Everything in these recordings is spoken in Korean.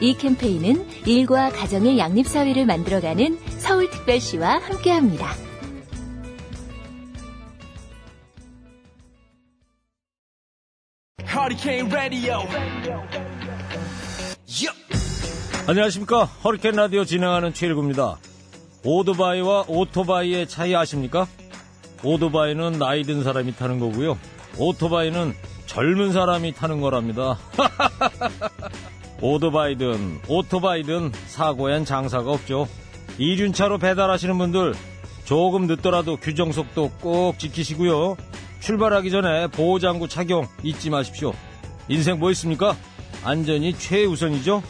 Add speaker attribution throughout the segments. Speaker 1: 이 캠페인은 일과 가정의 양립사회를 만들어가는 서울특별시와 함께합니다.
Speaker 2: 안녕하십니까. 허리케인 라디오 진행하는 최일구입니다. 오토바이와 오토바이의 차이 아십니까? 오토바이는 나이 든 사람이 타는 거고요. 오토바이는 젊은 사람이 타는 거랍니다. 오토바이든 오토바이든 사고엔 장사가 없죠. 이륜차로 배달하시는 분들 조금 늦더라도 규정 속도 꼭 지키시고요. 출발하기 전에 보호장구 착용 잊지 마십시오. 인생 뭐 있습니까? 안전이 최우선이죠.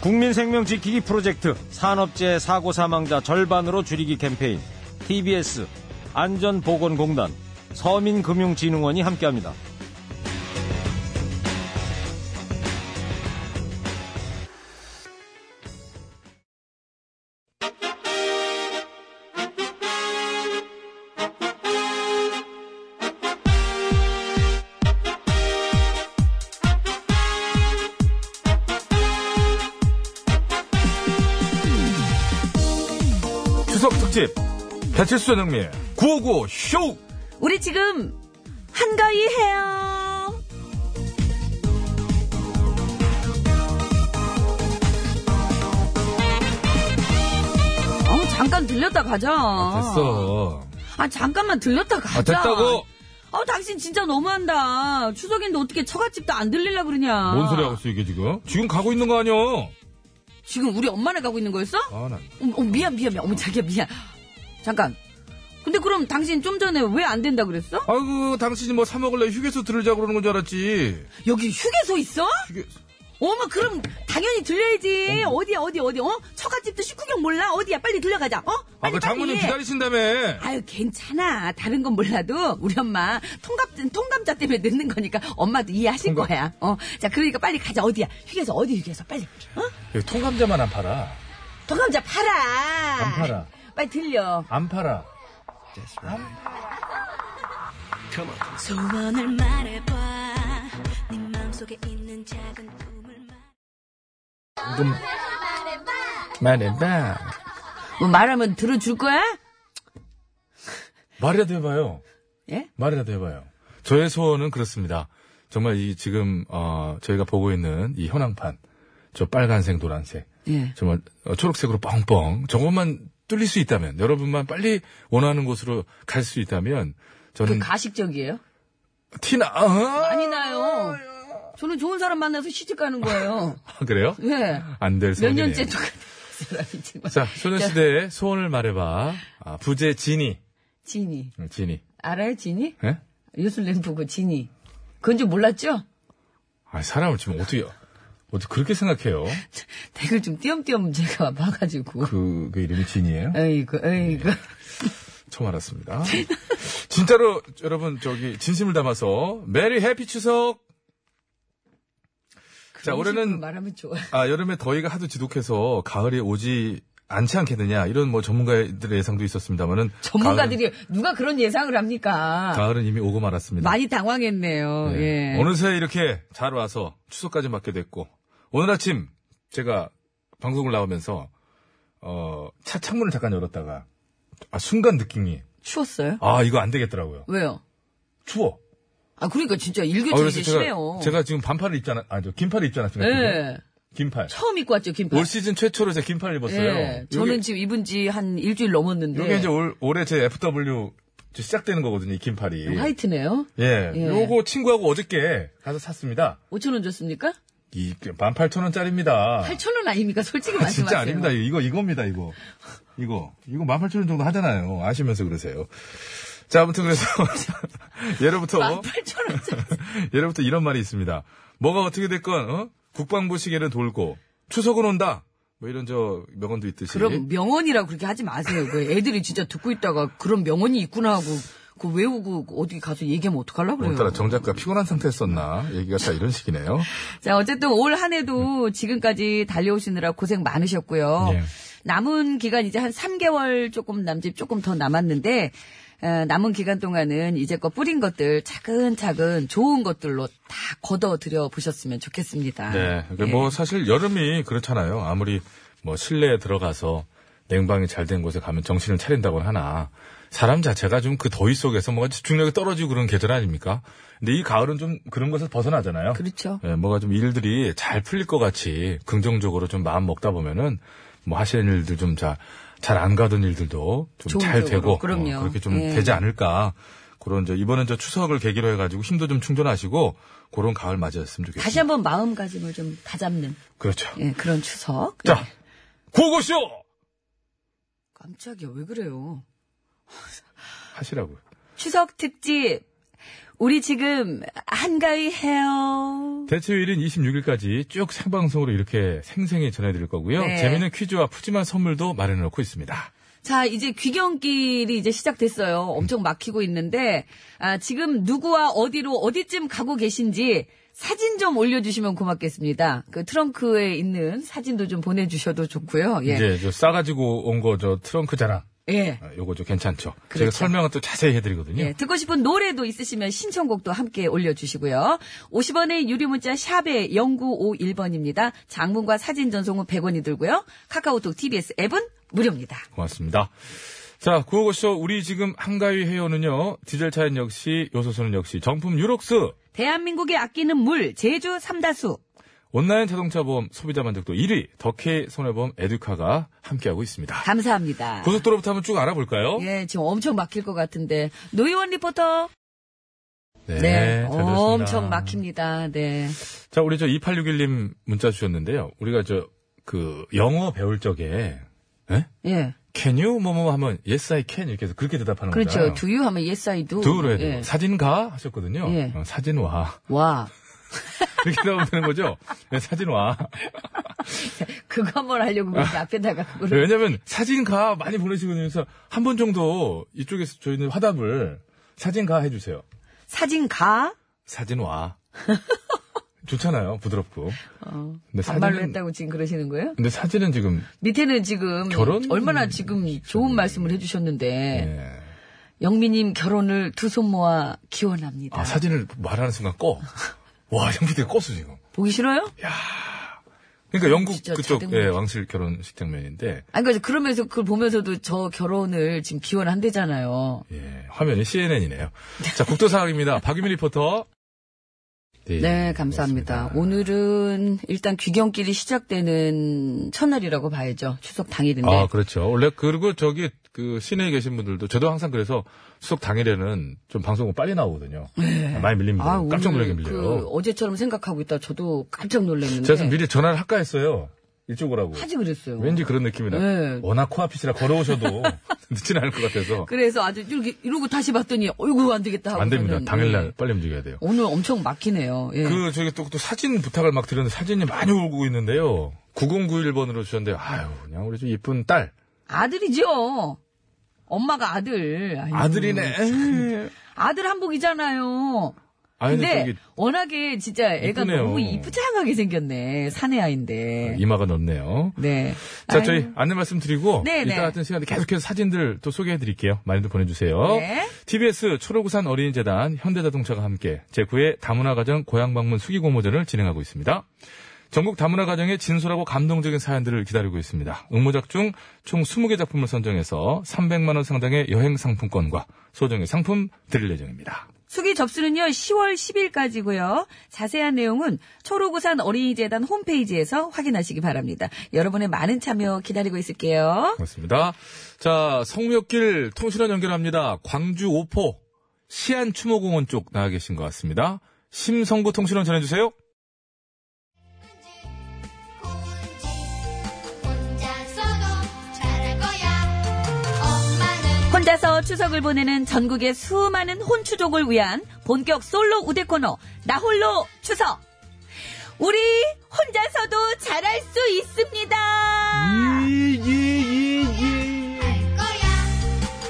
Speaker 2: 국민 생명 지키기 프로젝트 산업재해 사고 사망자 절반으로 줄이기 캠페인 TBS 안전보건공단 서민금융진흥원이 함께합니다.
Speaker 3: 추석 특집 배칠수 전영미 959 쇼.
Speaker 4: 우리 지금 한가위 해요.
Speaker 5: 어, 잠깐 들렸다 가자.
Speaker 3: 아, 됐어.
Speaker 5: 아, 잠깐만 들렸다 가자.
Speaker 3: 아, 됐다고.
Speaker 5: 어, 당신 진짜 너무한다. 추석인데 어떻게 처갓집도 안 들리려 그러냐.
Speaker 3: 뭔 소리 하고 있어 이게 지금? 지금 가고 있는 거 아니야?
Speaker 5: 지금 우리 엄마네 가고 있는 거였어?
Speaker 3: 아 난.
Speaker 5: 어, 어, 미안, 미안, 미안. 어머, 자기야, 미안. 잠깐. 근데 그럼 당신 좀 전에 왜 안 된다 그랬어?
Speaker 3: 아이고 당신이 뭐 사 먹을래 휴게소 들으자 그러는 건 줄 알았지.
Speaker 5: 여기 휴게소 있어?
Speaker 3: 휴게.
Speaker 5: 어머, 그럼 당연히 들려야지. 어디야, 어디, 어디, 어? 처갓집도 식구경 몰라? 어디야? 빨리 들려가자, 어?
Speaker 3: 아
Speaker 5: 빨리,
Speaker 3: 그 장모님
Speaker 5: 빨리.
Speaker 3: 기다리신다며.
Speaker 5: 아유 괜찮아 다른 건 몰라도 우리 엄마 통감 통감자 때문에 늦는 거니까 엄마도 이해하실
Speaker 3: 통감-
Speaker 5: 거야. 어자 그러니까 빨리 가자 어디야 휴게소 어디 휴게소 빨리. 어
Speaker 3: 여기 그 통감자만 안 팔아.
Speaker 5: 통감자 팔아.
Speaker 3: 안 팔아.
Speaker 5: 빨리 들려.
Speaker 3: 안 팔아.
Speaker 6: 소원을 말해봐 네 마음속에 있는 작은 꿈을 말
Speaker 3: 말해봐.
Speaker 5: 뭐 말하면 들어줄 거야?
Speaker 3: 음. 말이라도 해봐요.
Speaker 5: 예?
Speaker 3: 말이라도 해봐요. 저의 소원은 그렇습니다. 정말 이 지금 어, 저희가 보고 있는 이 현황판, 저 빨간색, 노란색,
Speaker 5: 예.
Speaker 3: 정말 어, 초록색으로 뻥뻥 저것만 뚫릴 수 있다면 여러분만 빨리 원하는 곳으로 갈 수 있다면
Speaker 5: 그
Speaker 3: 저는
Speaker 5: 가식적이에요?
Speaker 3: 티나 아,
Speaker 5: 많이 나요. 저는 좋은 사람 만나서 시집 가는 거예요.
Speaker 3: 아, 그래요?
Speaker 5: 예.
Speaker 3: 안 될
Speaker 5: 몇
Speaker 3: 소원이네요.
Speaker 5: 년째 똑같은 사람이지만. 뭐.
Speaker 3: 자 소녀시대의 소원을 말해봐. 아, 부재 진이
Speaker 5: 진이
Speaker 3: 음, 진이
Speaker 5: 알아요 진이?
Speaker 3: 예?
Speaker 5: 요술램프고 진이. 그건 줄 몰랐죠?
Speaker 3: 아 사람을 지금 어떻게 어떻게 그렇게 생각해요?
Speaker 5: 댓글 좀 띄엄띄엄 제가 봐가지고.
Speaker 3: 그, 그 이름이 진이에요?
Speaker 5: 에이구, 에이구.
Speaker 3: 네. 처음 알았습니다. 진짜로 여러분 저기 진심을 담아서 메리 해피 추석. 자
Speaker 5: 그런 식으로
Speaker 3: 올해는
Speaker 5: 말하면 좋아.
Speaker 3: 아 여름에 더위가 하도 지독해서 가을이 오지 않지 않겠느냐 이런 뭐 전문가들의 예상도 있었습니다만은
Speaker 5: 전문가들이 누가 그런 예상을 합니까?
Speaker 3: 가을은, 가을은 이미 오고 말았습니다.
Speaker 5: 많이 당황했네요.
Speaker 3: 네.
Speaker 5: 예.
Speaker 3: 어느새 이렇게 잘 와서 추석까지 맞게 됐고 오늘 아침 제가 방송을 나오면서 어 차 창문을 잠깐 열었다가 아 순간 느낌이
Speaker 5: 추웠어요?
Speaker 3: 아 이거 안 되겠더라고요.
Speaker 5: 왜요?
Speaker 3: 추워.
Speaker 5: 아 그러니까 진짜
Speaker 3: 아,
Speaker 5: 일교차이
Speaker 3: 그래서 제가,
Speaker 5: 심해요.
Speaker 3: 제가 지금 반팔을 입잖아, 아, 저 긴팔을 입잖아. 지금.
Speaker 5: 예.
Speaker 3: 긴팔.
Speaker 5: 처음 입고 왔죠 긴팔.
Speaker 3: 올 시즌 최초로 제가 긴팔을 입었어요.
Speaker 5: 예. 저는 지금 네. 입은 지 한 일주일 넘었는데.
Speaker 3: 이게 이제 올, 올해 제 FW 이제 시작되는 거거든요, 이 긴팔이.
Speaker 5: 화이트네요.
Speaker 3: 예.
Speaker 5: 아, 예.
Speaker 3: 요거 친구하고 어저께 가서 샀습니다.
Speaker 5: 5천 원 줬습니까?
Speaker 3: 이, 18,000원짜리입니다.
Speaker 5: 8천 원 아닙니까? 솔직히
Speaker 3: 아,
Speaker 5: 말씀하세요.
Speaker 3: 진짜 아닙니다. 이거, 이겁니다, 이거. 이거. 이거 18,000원 정도 하잖아요. 아시면서 그러세요. 자, 아무튼 그래서. 예로부터.
Speaker 5: 8천 원.
Speaker 3: 예로부터 이런 말이 있습니다. 뭐가 어떻게 됐건, 어? 국방부 시계는 돌고 추석은 온다. 뭐 이런 저 명언도 있듯이.
Speaker 5: 그럼 명언이라고 그렇게 하지 마세요. 그 애들이 진짜 듣고 있다가 그런 명언이 있구나 하고 그 외우고 어디 가서 얘기하면 어떡하려고 그래요.
Speaker 3: 오늘따라 정작가 피곤한 상태였었나 얘기가 다 이런 식이네요.
Speaker 5: 자, 어쨌든 올 한 해도 지금까지 달려오시느라 고생 많으셨고요.
Speaker 3: 예.
Speaker 5: 남은 기간 이제 한 3개월 조금 남짓 조금 더 남았는데 어, 남은 기간 동안은 이제껏 뿌린 것들 차근차근 좋은 것들로 다 걷어들여 보셨으면 좋겠습니다.
Speaker 3: 네. 근데
Speaker 5: 예.
Speaker 3: 뭐 사실 여름이 그렇잖아요. 아무리 뭐 실내에 들어가서 냉방이 잘 된 곳에 가면 정신을 차린다고는 하나 사람 자체가 좀 그 더위 속에서 뭔가 집중력이 떨어지고 그런 계절 아닙니까? 근데 이 가을은 좀 그런 것을 벗어나잖아요.
Speaker 5: 그렇죠.
Speaker 3: 예, 뭐가 좀 일들이 잘 풀릴 것 같이 긍정적으로 좀 마음 먹다 보면은 뭐 하시는 일들 좀 잘, 잘 안 가던 일들도 좀 잘
Speaker 5: 좋은 쪽으로.
Speaker 3: 되고 어,
Speaker 5: 그럼요.
Speaker 3: 그렇게 좀
Speaker 5: 예.
Speaker 3: 되지 않을까. 그런 저 이번엔 저 추석을 계기로 해가지고 힘도 좀 충전하시고 그런 가을 맞이했으면 좋겠습니다.
Speaker 5: 다시 한번 마음가짐을 좀 다잡는
Speaker 3: 그렇죠.
Speaker 5: 예, 그런 추석.
Speaker 3: 자,
Speaker 5: 예.
Speaker 3: 고고쇼
Speaker 5: 깜짝이야 왜 그래요?
Speaker 3: 하시라고요.
Speaker 5: 추석 특집 우리 지금 한가위 해요.
Speaker 3: 대체 요일인 26일까지 쭉 생방송으로 이렇게 생생히 전해드릴 거고요.
Speaker 5: 네.
Speaker 3: 재미있는 퀴즈와 푸짐한 선물도 마련해놓고 있습니다.
Speaker 5: 자, 이제 귀경길이 이제 시작됐어요. 엄청 막히고 있는데, 아, 지금 누구와 어디로, 어디쯤 가고 계신지 사진 좀 올려주시면 고맙겠습니다. 그 트렁크에 있는 사진도 좀 보내주셔도 좋고요. 예.
Speaker 3: 이제 저 싸가지고 온 거 저 트렁크 자랑.
Speaker 5: 예.
Speaker 3: 아, 요거 저 괜찮죠. 제가
Speaker 5: 그렇죠.
Speaker 3: 설명은 또 자세히 해드리거든요.
Speaker 5: 예, 듣고 싶은 노래도 있으시면 신청곡도 함께 올려주시고요. 50원의 유료문자 샵에 0951번입니다. 장문과 사진 전송은 100원이 들고요. 카카오톡 TBS 앱은 무료입니다.
Speaker 3: 고맙습니다. 자, 구호고쇼 우리 지금 한가위 해요는요. 디젤 차인 역시 요소수는 역시 정품 유록스
Speaker 5: 대한민국이 아끼는 물, 제주 삼다수.
Speaker 3: 온라인 자동차 보험 소비자 만족도 1위 더케이 손해보험 에듀카가 함께하고 있습니다.
Speaker 5: 감사합니다.
Speaker 3: 고속도로부터 한번 쭉 알아볼까요?
Speaker 5: 예, 지금 엄청 막힐 것 같은데. 노희원 리포터.
Speaker 3: 네, 잘 들었습니다.
Speaker 5: 엄청 막힙니다. 네.
Speaker 3: 자, 우리 저 2861님 문자 주셨는데요. 우리가 저 그 영어 배울 적에 에?
Speaker 5: 예.
Speaker 3: Can you 뭐뭐 하면 Yes I can 이렇게 해서 그렇게 대답하는
Speaker 5: 그렇죠.
Speaker 3: 거잖아요.
Speaker 5: 두유 하면 yes, I do.
Speaker 3: 두로 해야 돼요.
Speaker 5: 예.
Speaker 3: 사진가 하셨거든요.
Speaker 5: 예.
Speaker 3: 어, 사진와
Speaker 5: 와.
Speaker 3: 이렇게 나오면 되는 거죠. 네, 사진와
Speaker 5: 그거 한번 하려고 그렇게
Speaker 3: 아.
Speaker 5: 앞에다가 그거를.
Speaker 3: 네, 왜냐면 사진가 많이 보내시거든요. 그래서 한 번 정도 이쪽에서 저희는 화답을 사진가 해주세요.
Speaker 5: 사진 가?
Speaker 3: 사진와 좋잖아요. 부드럽고.
Speaker 5: 어.
Speaker 3: 근데
Speaker 5: 반말로
Speaker 3: 사진은-
Speaker 5: 했다고 지금 그러시는 거예요?
Speaker 3: 근데 사진은 지금
Speaker 5: 밑에는 지금
Speaker 3: 결혼?
Speaker 5: 얼마나 지금 좋은 말씀을 해주셨는데
Speaker 3: 예.
Speaker 5: 영미님 결혼을 두 손 모아 기원합니다.
Speaker 3: 아, 사진을 말하는 순간 꺼. 와, 형부대 껐어, 지금.
Speaker 5: 보기 싫어요?
Speaker 3: 그러니까 영국
Speaker 5: 아, 진짜
Speaker 3: 그쪽,
Speaker 5: 자등-
Speaker 3: 예, 왕실 결혼식 장면인데,
Speaker 5: 아니 그러니까 그러면서 그걸 보면서도 저 결혼을 지금 기원한대잖아요.
Speaker 3: 예, 화면이 CNN이네요. 자, 국토사항입니다. 박유민 리포터.
Speaker 5: 네, 감사합니다.
Speaker 3: 예, 고맙습니다.
Speaker 5: 오늘은 일단 귀경길이 시작되는 첫날이라고 봐야죠. 추석 당일인데.
Speaker 3: 아, 그렇죠. 원래, 그리고 저기, 그, 시내에 계신 분들도, 저도 항상 그래서 수석 당일에는 좀 방송은 빨리 나오거든요. 많이 밀립니다.
Speaker 5: 네. 아, 오늘
Speaker 3: 깜짝 놀라게
Speaker 5: 그
Speaker 3: 밀려요.
Speaker 5: 어제처럼 생각하고 있다. 저도 깜짝 놀랐는데.
Speaker 3: 제가 지금 미리 전화를 할까 했어요. 이쪽 오라고.
Speaker 5: 하지 그랬어요.
Speaker 3: 왠지 그런 느낌이 나.
Speaker 5: 네.
Speaker 3: 워낙 코앞이시라 걸어오셔도 늦진 않을 것 같아서.
Speaker 5: 그래서 아주 이렇게 이러고 다시 봤더니 어이구 안 되겠다 하고
Speaker 3: 안 됩니다.
Speaker 5: 저는,
Speaker 3: 당일날
Speaker 5: 예.
Speaker 3: 빨리 움직여야 돼요.
Speaker 5: 오늘 엄청 막히네요. 예.
Speaker 3: 그, 저기 또, 또 사진 부탁을 막 드렸는데 사진이 많이 오고 있는데요. 9091번으로 주셨는데, 아유, 그냥 우리 좀 이쁜 딸.
Speaker 5: 아들이죠. 엄마가 아들. 아이고.
Speaker 3: 아들이네.
Speaker 5: 아들 한복이잖아요.
Speaker 3: 아,
Speaker 5: 근데
Speaker 3: 근데 저기
Speaker 5: 워낙에 진짜 애가
Speaker 3: 이쁘네요.
Speaker 5: 너무 이쁘장하게 생겼네. 사내 아인데.
Speaker 3: 이마가 넓네요.
Speaker 5: 네.
Speaker 3: 자,
Speaker 5: 아유.
Speaker 3: 저희 안내 말씀 드리고,
Speaker 5: 네,
Speaker 3: 이따
Speaker 5: 네.
Speaker 3: 같은 시간에 계속해서 사진들 또 소개해 드릴게요. 많이들 보내주세요.
Speaker 5: 네.
Speaker 3: TBS 초록우산 어린이재단 현대자동차가 함께 제9회 다문화가정 고향방문 수기고모전을 진행하고 있습니다. 전국 다문화가정의 진솔하고 감동적인 사연들을 기다리고 있습니다. 응모작 중 총 20개 작품을 선정해서 300만원 상당의 여행 상품권과 소정의 상품 드릴 예정입니다.
Speaker 5: 수기 접수는요, 10월 10일까지고요. 자세한 내용은 초록우산 어린이재단 홈페이지에서 확인하시기 바랍니다. 여러분의 많은 참여 기다리고 있을게요.
Speaker 3: 고맙습니다. 자, 성묘길 통신원 연결합니다. 광주 오포 시안추모공원 쪽 나와 계신 것 같습니다. 심성구 통신원 전해주세요.
Speaker 7: 곤지 혼자서도 잘할 거야 엄마는
Speaker 5: 혼자서 추석을 보내는 전국의 수많은 혼추족을 위한 본격 솔로 우대 코너, 나홀로 추석! 우리
Speaker 4: 혼자서도 잘할 수 있습니다.
Speaker 3: 음. 예,
Speaker 7: 할 거야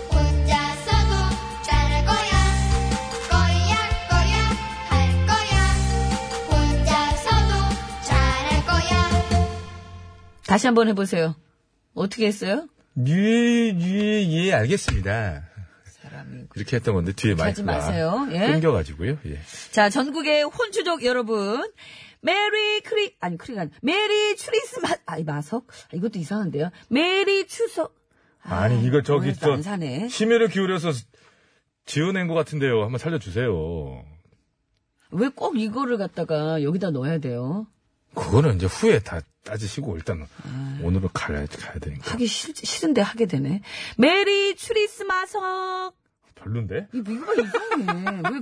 Speaker 7: 혼자서도 잘할 거야 거야 거야 할 거야 혼자서도 잘할 거야
Speaker 5: 다시 한번 해보세요. 어떻게 했어요?
Speaker 3: 예, 예, 예, 알겠습니다. 이렇게 했던 건데, 뒤에
Speaker 5: 하지
Speaker 3: 마이크가
Speaker 5: 마세요. 예.
Speaker 3: 끊겨가지고요. 예.
Speaker 5: 자, 전국의 혼주족 여러분. 메리 크리, 아니, 크리간. 메리 추리스마, 아이, 마석? 아, 이것도 이상한데요. 메리 추석. 아,
Speaker 3: 아니, 이거 저기,
Speaker 5: 오늘도
Speaker 3: 저,
Speaker 5: 안 사네.
Speaker 3: 심혈을 기울여서 지어낸 것 같은데요. 한번 살려주세요.
Speaker 5: 왜 꼭 이거를 갖다가 여기다 넣어야 돼요?
Speaker 3: 그거는 이제 후에 다 따지시고, 일단,
Speaker 5: 아.
Speaker 3: 오늘은 가야, 가야 되니까.
Speaker 5: 하기 싫, 싫은데 하게 되네. 메리 추리스마석.
Speaker 3: 별론데?
Speaker 5: 이거, 이거 이상해. 왜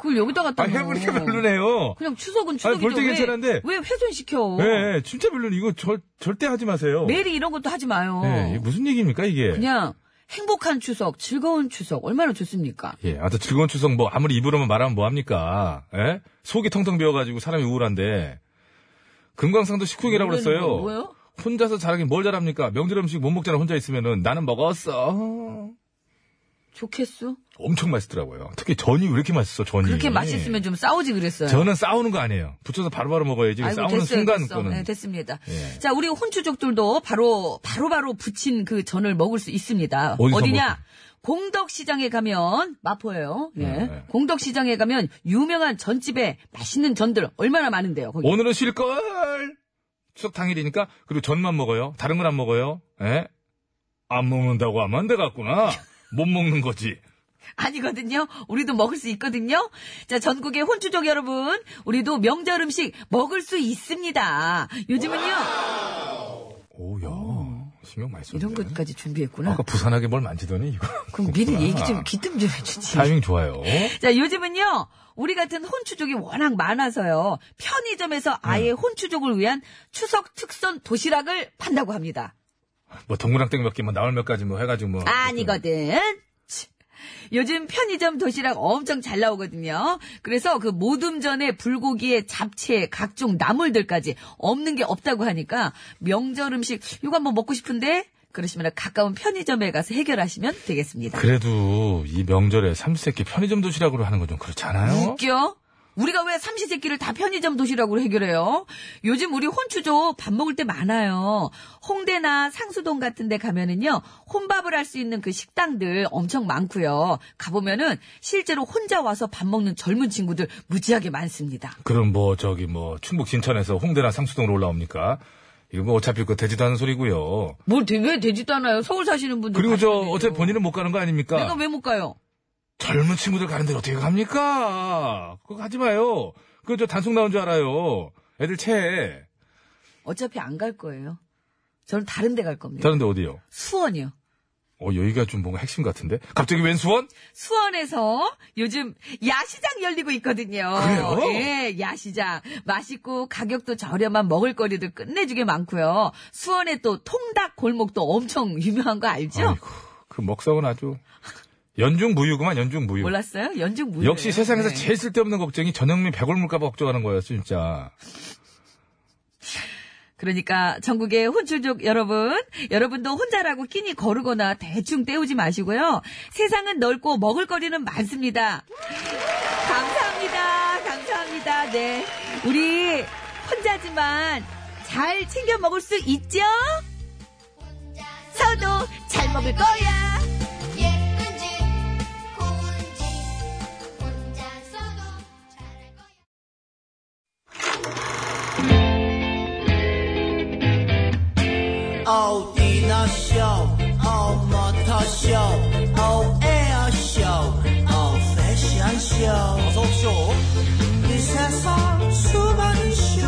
Speaker 5: 그걸 여기다 갖다
Speaker 3: 아,
Speaker 5: 넣어.
Speaker 3: 해보니까 별로네요.
Speaker 5: 그냥 추석은 추석이죠.
Speaker 3: 볼때
Speaker 5: 왜-
Speaker 3: 괜찮은데.
Speaker 5: 왜 훼손시켜?
Speaker 3: 예, 진짜 별로 이거 절, 절대 하지 마세요.
Speaker 5: 메리 이런 것도 하지 마요.
Speaker 3: 예, 이게 무슨 얘기입니까, 이게?
Speaker 5: 어. 그냥 행복한 추석, 즐거운 추석 얼마나 좋습니까?
Speaker 3: 예, 아무튼 즐거운 추석 뭐 아무리 입으로만 말하면 뭐합니까? 예? 속이 텅텅 비어가지고 사람이 우울한데. 금강산도 식후경이라고
Speaker 5: 모르는
Speaker 3: 그랬어요.
Speaker 5: 건 뭐예요?
Speaker 3: 혼자서 잘하긴 뭘 잘합니까? 명절 음식 못 먹잖아, 혼자 있으면은. 나는 먹었어.
Speaker 5: 좋겠어?
Speaker 3: 엄청 맛있더라고요. 특히 전이 왜 이렇게 맛있어, 전이.
Speaker 5: 그렇게 맛있으면 좀 싸우지 그랬어요.
Speaker 3: 예. 저는 싸우는 거 아니에요. 붙여서 바로바로 먹어야지.
Speaker 5: 아이고,
Speaker 3: 싸우는
Speaker 5: 됐어요,
Speaker 3: 순간
Speaker 5: 됐어.
Speaker 3: 거는.
Speaker 5: 네, 됐습니다.
Speaker 3: 예.
Speaker 5: 자, 우리 혼주족들도 바로 바로바로 부친 그 전을 먹을 수 있습니다.
Speaker 3: 어디서
Speaker 5: 어디냐?
Speaker 3: 먹어요?
Speaker 5: 공덕시장에 가면 마포예요. 예.
Speaker 3: 네, 네.
Speaker 5: 공덕시장에 가면 유명한 전집에 맛있는 전들 얼마나 많은데요. 거기.
Speaker 3: 오늘은 쉴걸! 추석 당일이니까, 그리고 전만 먹어요. 다른 건 안 먹어요. 예? 안 먹는다고 하면 안 돼갔구나. 못 먹는 거지.
Speaker 5: 아니거든요. 우리도 먹을 수 있거든요. 자, 전국의 혼주족 여러분, 우리도 명절 음식 먹을 수 있습니다. 요즘은요,
Speaker 3: 오야 신경 많이
Speaker 5: 어.
Speaker 3: 썼네.
Speaker 5: 이런 것까지 준비했구나.
Speaker 3: 아까 부산하게 뭘 만지더니 이거.
Speaker 5: 그럼 미리
Speaker 3: 그렇구나.
Speaker 5: 얘기 좀, 기뜸 좀 해주지.
Speaker 3: 타이밍 좋아요.
Speaker 5: 자, 요즘은요, 우리 같은 혼추족이 워낙 많아서요,
Speaker 3: 네.
Speaker 5: 편의점에서 아예 혼추족을 위한 추석 특선 도시락을 판다고 합니다.
Speaker 3: 뭐 동그랑땡 몇 개, 뭐 나물 몇 가지 뭐 해가지고 뭐.
Speaker 5: 아니거든. 치. 요즘 편의점 도시락 엄청 잘 나오거든요. 그래서 그 모둠전에 불고기에 잡채, 각종 나물들까지 없는 게 없다고 하니까 명절 음식 이거 한번 먹고 싶은데 그러시면 가까운 편의점에 가서 해결하시면 되겠습니다.
Speaker 3: 그래도 이 명절에 삼시세끼 편의점 도시락으로 하는 건 좀 그렇잖아요.
Speaker 5: 웃겨? 우리가 왜 삼시세끼를 다 편의점 도시락으로 해결해요? 요즘 우리 혼추족 밥 먹을 때 많아요. 홍대나 상수동 같은 데 가면은요, 혼밥을 할 수 있는 그 식당들 엄청 많고요. 가보면은 실제로 혼자 와서 밥 먹는 젊은 친구들 무지하게 많습니다.
Speaker 3: 그럼 뭐 저기 뭐 충북 진천에서 홍대나 상수동으로 올라옵니까? 이거 뭐 어차피 그 되지도 않은 소리고요.
Speaker 5: 뭘, 되- 왜 되지도 않아요? 서울 사시는 분들.
Speaker 3: 그리고 저
Speaker 5: 가시는데요.
Speaker 3: 어차피 본인은 못 가는 거 아닙니까?
Speaker 5: 내가 왜 못 가요?
Speaker 3: 젊은 친구들 가는 데를 어떻게 갑니까? 그거 가지 마요. 그거 저 단속 나온 줄 알아요. 애들 체해.
Speaker 5: 어차피 안 갈 거예요. 저는 다른 데 갈 겁니다.
Speaker 3: 다른데 어디요?
Speaker 5: 수원이요.
Speaker 3: 어, 여기가 좀 뭔가 핵심 같은데? 갑자기 웬 수원?
Speaker 5: 수원에서 요즘 야시장 열리고 있거든요.
Speaker 3: 그래요?
Speaker 5: 예, 야시장. 맛있고 가격도 저렴한 먹을거리들 끝내주게 많고요. 수원에 또 통닭 골목도 엄청 유명한 거 알죠?
Speaker 3: 아이고, 그 먹성은 아주. 연중 무유구만, 연중 무유.
Speaker 5: 몰랐어요? 네. 연중 무료.
Speaker 3: 역시 세상에서 제일 쓸데없는 걱정이 전영민 백올물값 걱정하는 거였어, 진짜.
Speaker 5: 그러니까 전국의 혼출족 여러분, 여러분도 혼자라고 끼니 거르거나 대충 때우지 마시고요. 세상은 넓고 먹을거리는 많습니다. 감사합니다. 감사합니다. 네. 우리 혼자지만 잘 챙겨 먹을 수 있죠? 서도 잘 먹을 거야.
Speaker 7: 예쁜 집 고운 집 혼자서도 잘할 거야
Speaker 8: 어디나 쇼, 어머터 쇼, 어에어 쇼, 어 패션 쇼. 어서 쇼. 이 세상 수많은 쇼,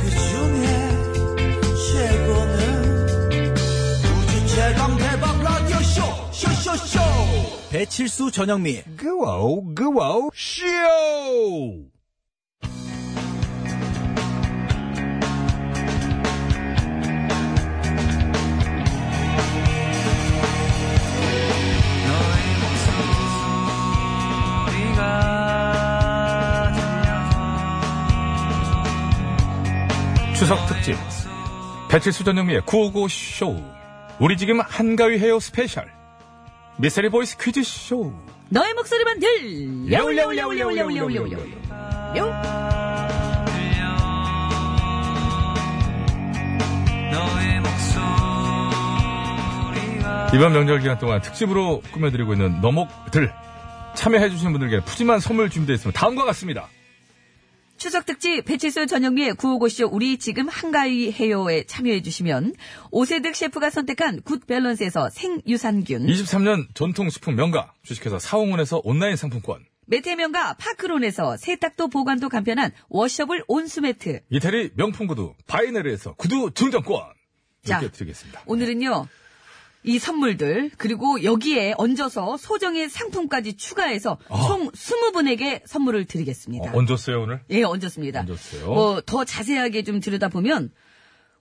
Speaker 8: 그 중에 최고는 우주 최강 대박 라디오 쇼, 쇼쇼쇼. 배칠수 전영미. 그와우, 그와우, 쇼!
Speaker 9: 소리가 들려
Speaker 3: 추석 특집 배칠수 전영미의 구호고 쇼 우리 지금 한가위 헤어 스페셜 미스터리 보이스 퀴즈 쇼
Speaker 5: 너의 목소리만 들려 올려 올려 올려 올려 올려 올려 올려
Speaker 3: 이번 명절 기간 동안 특집으로 꾸며드리고 있는 너목들 참여해주시는 분들께 푸짐한 선물 준비되어 있습니다. 다음과 같습니다.
Speaker 5: 추석 특집 배치수 전영미의 구호고쇼 우리 지금 한가위 헤어에 참여해 주시면 오세득 셰프가 선택한 굿 밸런스에서 생유산균
Speaker 3: 23년 전통식품 명가 주식회사 사홍원에서 온라인 상품권
Speaker 5: 메테면과 파크론에서 세탁도 보관도 간편한 워셔블 온수매트
Speaker 3: 이태리 명품 구두 바이네르에서 구두 증정권
Speaker 5: 자.
Speaker 3: 이렇게 드리겠습니다.
Speaker 5: 오늘은요 이 선물들 그리고 여기에 얹어서 소정의 상품까지 추가해서 총 20분에게 선물을 드리겠습니다.
Speaker 3: 어, 얹었어요 오늘?
Speaker 5: 예, 얹었습니다.
Speaker 3: 얹었어요.
Speaker 5: 어, 더 자세하게 좀 들여다보면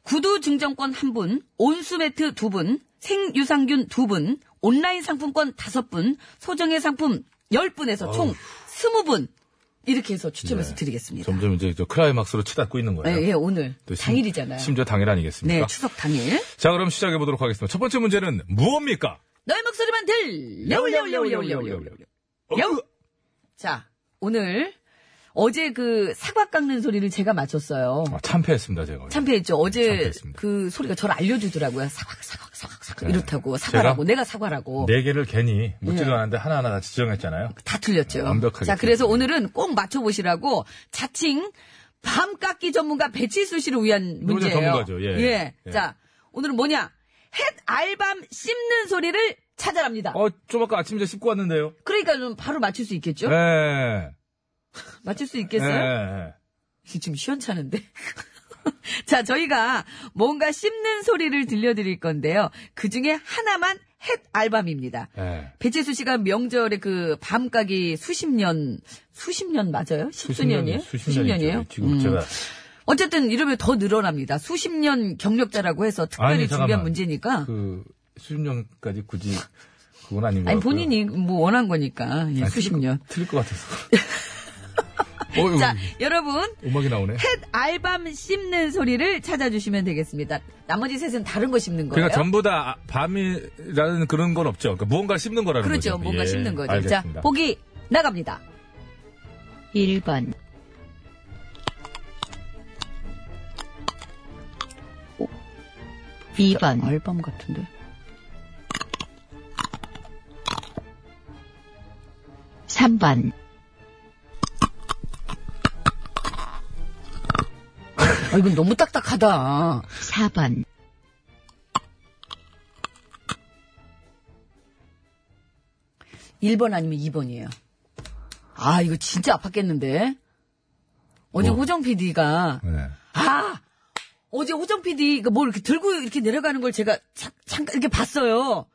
Speaker 5: 구두 증정권 한 분, 온수 매트 두 분, 생유산균 두 분, 온라인 상품권 다섯 분, 소정의 상품 열 분에서 총 스무 분 이렇게 해서 추첨해서
Speaker 3: 네.
Speaker 5: 드리겠습니다.
Speaker 3: 점점 이제 저 클라이막스로 치닫고 있는 거예요.
Speaker 5: 예, 예, 오늘
Speaker 3: 또 심-
Speaker 5: 당일이잖아요.
Speaker 3: 심지어 당일 아니겠습니까?
Speaker 5: 네, 추석 당일.
Speaker 3: 자 그럼 시작해 보도록 하겠습니다. 첫 번째 문제는 무엇입니까?
Speaker 5: 너의 목소리만 들려 올려 올려 올려 올려 올려 올려. 여! 자, 오늘 어제 그 사과 깎는 소리를 제가 맞췄어요.
Speaker 3: 아, 참패했습니다 제가. 오늘.
Speaker 5: 참패했죠. 어제
Speaker 3: 참패했습니다.
Speaker 5: 그 소리가 저를 알려주더라고요. 사각, 사각, 사각, 사각.
Speaker 3: 네.
Speaker 5: 이렇다고. 사과라고. 내가 사과라고.
Speaker 3: 네 개를 괜히 묻지도 않았는데 하나하나 다 지정했잖아요.
Speaker 5: 다 틀렸죠.
Speaker 3: 완벽하게
Speaker 5: 자, 그래서
Speaker 3: 틀렸습니다.
Speaker 5: 오늘은 꼭 맞춰보시라고 자칭 밤 깎기 전문가 배치수 씨를 위한
Speaker 3: 노래
Speaker 5: 문제예요.
Speaker 3: 전문가죠. 예. 예.
Speaker 5: 자, 오늘은 뭐냐. 햇 알밤 씹는 소리를 찾아랍니다.
Speaker 3: 어, 좀 아까 아침에 저 씹고 왔는데요.
Speaker 5: 그러니까 좀 바로 맞출 수 있겠죠?
Speaker 3: 네.
Speaker 5: 맞출 수 있겠어요? 지금 시원찮은데? 자, 저희가 뭔가 씹는 소리를 들려드릴 건데요. 그 중에 하나만 햇 알밤입니다. 배채수 씨가 명절에 그 밤가기 수십 년, 수십 년 맞아요? 십수 년이에요?
Speaker 3: 수십 년이에요. 지금
Speaker 5: 음.
Speaker 3: 제가
Speaker 5: 어쨌든 이러면 더 늘어납니다. 수십 년 경력자라고 해서 특별히
Speaker 3: 아니, 잠깐만.
Speaker 5: 준비한 문제니까.
Speaker 3: 그 수십 년까지 굳이 그건 아닌 것
Speaker 5: 아니,
Speaker 3: 같고요.
Speaker 5: 본인이 뭐 원한 거니까. 예,
Speaker 3: 아니, 그러니까.
Speaker 5: 수십
Speaker 3: 틀릴 거-
Speaker 5: 년.
Speaker 3: 틀릴 것 같아서. 어,
Speaker 5: 자,
Speaker 3: 자,
Speaker 5: 여러분.
Speaker 3: 음악이 나오네.
Speaker 5: 햇 알밤 씹는 소리를 찾아주시면 되겠습니다. 나머지 셋은 다른 거 씹는 거예요.
Speaker 3: 그러니까 전부 다 밤이라는 그런 건 없죠. 그러니까 무언가 씹는 거라는
Speaker 5: 그렇죠.
Speaker 3: 거죠.
Speaker 5: 뭔가
Speaker 3: 예,
Speaker 5: 씹는 거죠.
Speaker 3: 알겠습니다.
Speaker 5: 자, 보기 나갑니다.
Speaker 1: 1번, 2번,
Speaker 5: 알밤 같은데.
Speaker 1: 3번.
Speaker 5: 아, 이건 너무 딱딱하다.
Speaker 1: 4번,
Speaker 5: 1번 아니면 2번이에요. 아, 이거 진짜 아팠겠는데. 어제
Speaker 3: 뭐?
Speaker 5: 호정 PD가
Speaker 3: 네.
Speaker 5: 아! 어제 호정 PD가 뭘 이렇게 들고 이렇게 내려가는 걸 제가 자- 잠깐 이렇게 봤어요.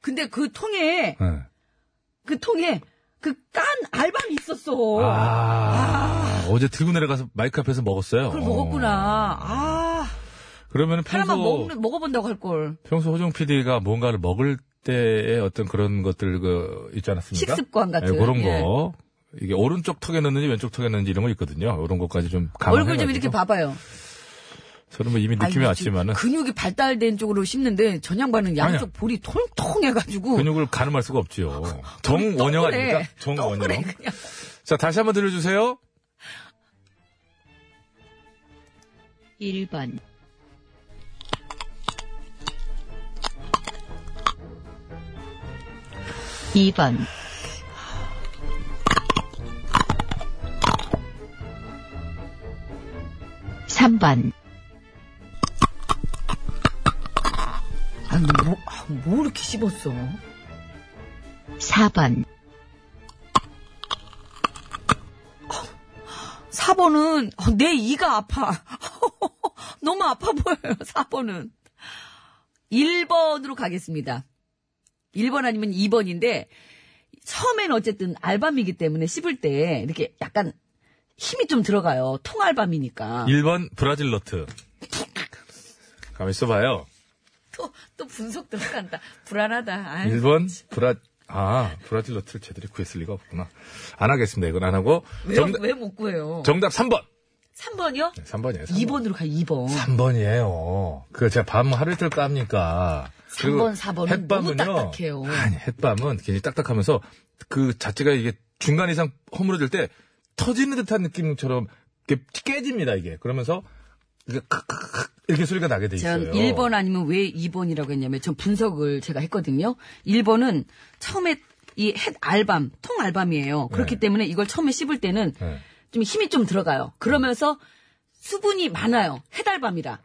Speaker 5: 근데 그 통에
Speaker 3: 네.
Speaker 5: 그 통에 그 깐 알밤이 있었어.
Speaker 3: 아, 어제 들고 내려가서 마이크 앞에서 먹었어요.
Speaker 5: 그걸
Speaker 3: 어.
Speaker 5: 먹었구나. 아,
Speaker 3: 그러면
Speaker 5: 하나만
Speaker 3: 평소
Speaker 5: 먹, 먹어본다고 할 걸.
Speaker 3: 평소 호정 PD가 뭔가를 먹을 때의 어떤 그런 것들 그 있지 않았습니까?
Speaker 5: 식습관 같은.
Speaker 3: 예, 그런
Speaker 5: 예.
Speaker 3: 거. 이게 오른쪽 턱에 넣는지 왼쪽 턱에 넣는지 이런 거 있거든요. 이런 것까지 좀 강화해
Speaker 5: 얼굴 좀 이렇게 봐봐요.
Speaker 3: 저는 뭐 이미 느낌이
Speaker 5: 아이고, 그
Speaker 3: 왔지만은
Speaker 5: 근육이 발달된 쪽으로 씹는데 전양반은 양쪽
Speaker 3: 아니야.
Speaker 5: 볼이 통통해가지고
Speaker 3: 근육을 가늠할 수가
Speaker 5: 아,
Speaker 3: 없지요. 정원영
Speaker 5: 동그래.
Speaker 3: 아닙니까? 정원영.
Speaker 5: 그 동그래, 그냥.
Speaker 3: 자, 다시 한번 들려주세요.
Speaker 1: 1번, 2번, 3번,
Speaker 5: 아니 뭐, 아, 뭐 이렇게 씹었어?
Speaker 1: 4번,
Speaker 5: 4번은 어, 내 이가 아파. 너무 아파 보여요. 4번은 1번으로 가겠습니다. 1번 아니면 2번인데 처음엔 어쨌든 알밤이기 때문에 씹을 때 이렇게 약간 힘이 좀 들어가요. 통알밤이니까.
Speaker 3: 1번 브라질 너트. 가만 있어봐요.
Speaker 5: 또, 또 분석 들어간다. 불안하다. 아유.
Speaker 3: 1번 브라 아 브라질 너트를 제대로 구했을 리가 없구나. 안 하겠습니다. 이건 안 하고
Speaker 5: 왜,
Speaker 3: 정답,
Speaker 5: 왜 못 구해요?
Speaker 3: 정답 3번. 네,
Speaker 5: 3번이요?
Speaker 3: 3번이에요.
Speaker 5: 2번으로 가요, 2번.
Speaker 3: 3번이에요. 그 제가 밤 하루 이틀 깝니까.
Speaker 5: 삼 번, 사 번은
Speaker 3: 햇밤은요.
Speaker 5: 너무 딱딱해요.
Speaker 3: 아니, 햇밤은 굉장히 딱딱하면서 그 자체가 이게 중간 이상 허물어질 때 터지는 듯한 느낌처럼 이렇게 깨집니다, 이게. 그러면서 이게 크크크 이렇게 소리가 나게 돼
Speaker 5: 전
Speaker 3: 있어요.
Speaker 5: 1번 아니면 왜 2번이라고 했냐면 전 분석을 제가 했거든요. 1번은 처음에 이 햇 알밤, 통 알밤이에요. 그렇기 때문에 이걸 처음에 씹을 때는
Speaker 3: 네.
Speaker 5: 좀 힘이 좀 들어가요. 그러면서 수분이 많아요. 해달밤이라.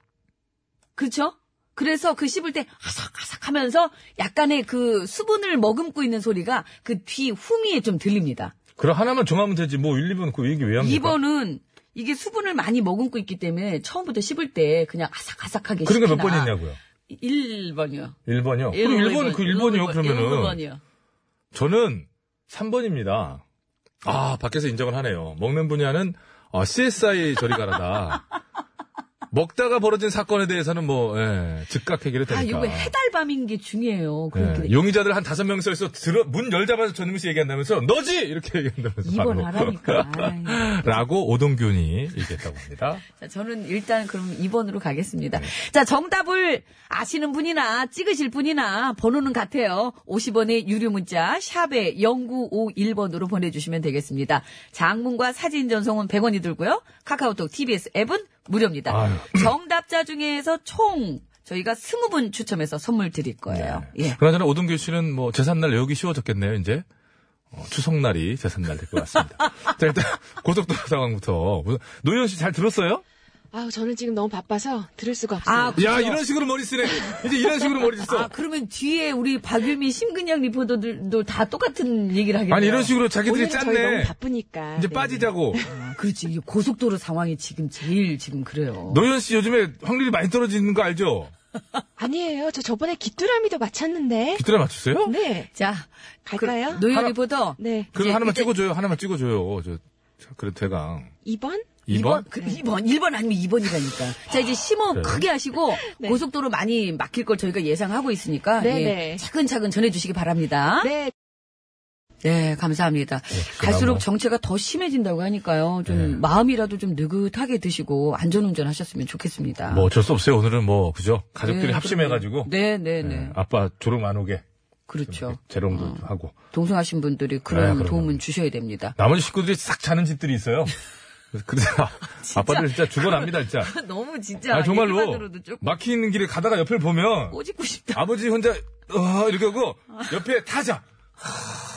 Speaker 5: 그렇죠? 그래서 그 씹을 때 아삭아삭 하면서 약간의 그 수분을 머금고 있는 소리가 그 뒤 후미에 좀 들립니다.
Speaker 3: 그럼 하나만 정하면 되지. 뭐 1, 2번 그 얘기 왜 합니까?
Speaker 5: 2번은 이게 수분을 많이 머금고 있기 때문에 처음부터 씹을 때 그냥 아삭아삭하게
Speaker 3: 그러니까
Speaker 5: 씹히나.
Speaker 3: 몇 번이냐고요.
Speaker 5: 예, 1번이요.
Speaker 3: 1번이요. 그럼 1번, 그 1번이요, 그러면은.
Speaker 5: 1번이요. 아,
Speaker 3: 저는 3번입니다. 아, 밖에서 인정을 하네요. 먹는 분야는 어, CSI 저리 가라다. 먹다가 벌어진 사건에 대해서는 뭐, 예, 즉각 해결이
Speaker 5: 아,
Speaker 3: 되니까.
Speaker 5: 요거 해달밤인 게 중요해요. 그렇게.
Speaker 3: 예, 용의자들 한 다섯 명 써있어 들어 문 열자마자 전음미 씨 얘기한다면서 너지 이렇게 얘기한다면서
Speaker 5: 2번
Speaker 3: 바로.
Speaker 5: 하라니까. 아이.
Speaker 3: 라고 오동균이 얘기했다고 합니다.
Speaker 5: 자, 저는 일단 그럼 2번으로 가겠습니다.
Speaker 3: 네.
Speaker 5: 자, 정답을 아시는 분이나 찍으실 분이나 번호는 같아요. 50원의 유료 문자 샵에 0951번으로 보내주시면 되겠습니다. 장문과 사진 전송은 100원이 들고요. 카카오톡 TBS 앱은 무료입니다.
Speaker 3: 아유.
Speaker 5: 정답자 중에서 총 저희가 20분 추첨해서 선물 드릴 거예요. 예.
Speaker 3: 그나저나 오동균 씨는 뭐 재산날 외우기 쉬워졌겠네요, 이제. 어, 추석날이 재산날 될 것 같습니다. 자, 일단 고속도로 상황부터. 노현 씨 잘 들었어요?
Speaker 10: 아우, 저는 지금 너무 바빠서 들을 수가 없어요.
Speaker 5: 아,
Speaker 3: 야, 이런 식으로 머리 쓰네. 이제 이런 식으로 머리 써.
Speaker 5: 아, 그러면 뒤에 우리 박유미, 심근양 리포터들도 다 똑같은 얘기를 하겠네요.
Speaker 3: 아니, 이런 식으로 자기들이
Speaker 10: 오늘은 저희
Speaker 3: 짰네.
Speaker 10: 너무 바쁘니까.
Speaker 3: 이제
Speaker 10: 네.
Speaker 3: 빠지자고.
Speaker 5: 아, 그렇지. 이 고속도로 상황이 지금 제일 지금 그래요.
Speaker 3: 노현 씨 요즘에 확률이 많이 떨어지는 거 알죠?
Speaker 10: 아니에요. 저 저번에 귀뚜라미도 맞췄는데.
Speaker 3: 귀뚜라 맞췄어요?
Speaker 10: 네.
Speaker 5: 자, 그
Speaker 10: 갈까요?
Speaker 5: 노현
Speaker 3: 하나-
Speaker 5: 리포터.
Speaker 10: 네.
Speaker 3: 그럼
Speaker 5: 이제
Speaker 3: 하나만
Speaker 5: 이제-
Speaker 3: 찍어줘요. 하나만 찍어줘요. 저, 자, 그래, 대강.
Speaker 10: 2번?
Speaker 3: 2번?
Speaker 5: 그 2번, 1번 아니면 2번이라니까. 자, 이제 심호
Speaker 3: 그래요?
Speaker 5: 크게 하시고,
Speaker 10: 네.
Speaker 5: 고속도로 많이 막힐 걸 저희가 예상하고 있으니까,
Speaker 10: 네네.
Speaker 5: 예, 차근차근 전해주시기 바랍니다.
Speaker 10: 네.
Speaker 5: 네, 감사합니다.
Speaker 3: 뭐.
Speaker 5: 갈수록 정체가 더 심해진다고 하니까요. 좀
Speaker 3: 네.
Speaker 5: 마음이라도 좀 느긋하게 드시고, 안전운전 하셨으면 좋겠습니다.
Speaker 3: 뭐 어쩔 수 없어요. 오늘은 뭐, 그죠? 가족들이
Speaker 5: 네,
Speaker 3: 합심해가지고.
Speaker 5: 네, 네, 네.
Speaker 3: 예, 아빠 졸음 안 오게.
Speaker 5: 그렇죠.
Speaker 3: 재롱도 하고.
Speaker 5: 동성하신 분들이
Speaker 3: 네,
Speaker 5: 그런
Speaker 3: 그럼요.
Speaker 5: 도움은 주셔야 됩니다.
Speaker 3: 나머지 식구들이 싹 자는 집들이 있어요. 그래서 근데 아, 아빠들 진짜 죽어납니다, 진짜.
Speaker 5: 너무 진짜.
Speaker 3: 아, 정말로. 음.
Speaker 5: 얘기만으로도 조금
Speaker 3: 막히는 길에 가다가 옆을 보면.
Speaker 5: 꼬집고 싶다.
Speaker 3: 아버지 혼자 어, 이렇게 하고 옆에 타자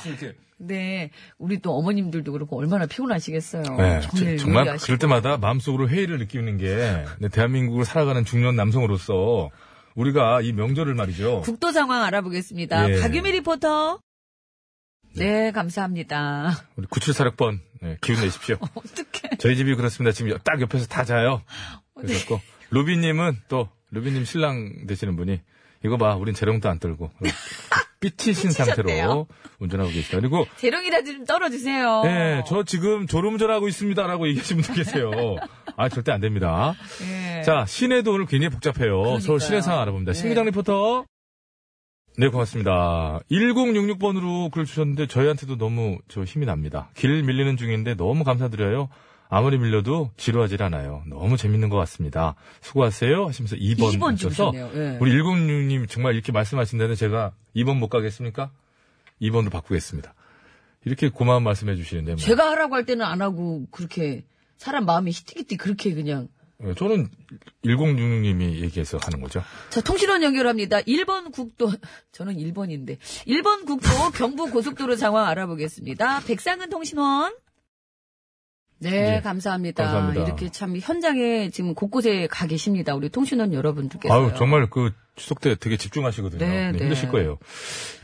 Speaker 3: 이렇게
Speaker 5: 네, 우리 또 어머님들도 그렇고 얼마나 피곤하시겠어요.
Speaker 3: 네,
Speaker 5: 오늘
Speaker 3: 저- 정말
Speaker 5: 요리하시고.
Speaker 3: 그럴 때마다 마음속으로 회의를 느끼는 게 네, 대한민국을 살아가는 중년 남성으로서 우리가 이 명절을 말이죠
Speaker 5: 국도 상황 알아보겠습니다.
Speaker 3: 예.
Speaker 5: 박유미 리포터. 네, 감사합니다.
Speaker 3: 우리 9746번 네, 기운 내십시오
Speaker 5: 어떡해. 네.
Speaker 3: 저희 집이 그렇습니다 지금 옆- 딱 옆에서 다 자요
Speaker 5: 어, 네.
Speaker 3: 그래갖고 루비님은 또 루비님 신랑 되시는 분이 이거 봐 우린 재롱도 안 떨고 그 삐치신 상태로
Speaker 5: 삐치셨대요.
Speaker 3: 운전하고 계시다 그리고
Speaker 5: 재롱이라도 좀 떨어주세요.
Speaker 3: 네, 저 지금 졸음전하고 있습니다라고 얘기하신 분도 계세요. 아, 절대 안 됩니다.
Speaker 5: 예.
Speaker 3: 자, 시내도 오늘 굉장히 복잡해요. 서울
Speaker 5: 그러니까요.
Speaker 3: 시내 상황 알아봅니다.
Speaker 5: 네.
Speaker 3: 신기장 리포터. 네, 고맙습니다. 1066번으로 글 주셨는데 저희한테도 너무 저 힘이 납니다. 길 밀리는 중인데 너무 감사드려요. 아무리 밀려도 지루하질 않아요. 너무 재밌는 것 같습니다. 수고하세요. 하시면서 2번,
Speaker 5: 2번
Speaker 3: 주셔서
Speaker 5: 주셨네요. 예.
Speaker 3: 우리 106님 정말 이렇게 말씀하신다는데 제가 2번 못 가겠습니까? 2번으로 바꾸겠습니다. 이렇게 고마운 말씀해 주시는데 뭐.
Speaker 5: 제가 하라고 할 때는 안 하고 그렇게 사람 마음이 히티기티 그렇게 그냥.
Speaker 3: 예, 저는 1066님이 얘기해서 하는 거죠.
Speaker 5: 자, 통신원 연결합니다. 1번 국도, 저는 1번인데. 1번 국도 경부 고속도로 상황 알아보겠습니다. 백상은 통신원. 네,
Speaker 3: 예,
Speaker 5: 감사합니다.
Speaker 3: 감사합니다.
Speaker 5: 이렇게 참 현장에 지금 곳곳에 가 계십니다. 우리 통신원 여러분들께서.
Speaker 3: 아유, 정말 그 추석 때 되게 집중하시거든요.
Speaker 5: 네,
Speaker 3: 네,
Speaker 5: 네.
Speaker 3: 힘드실 거예요.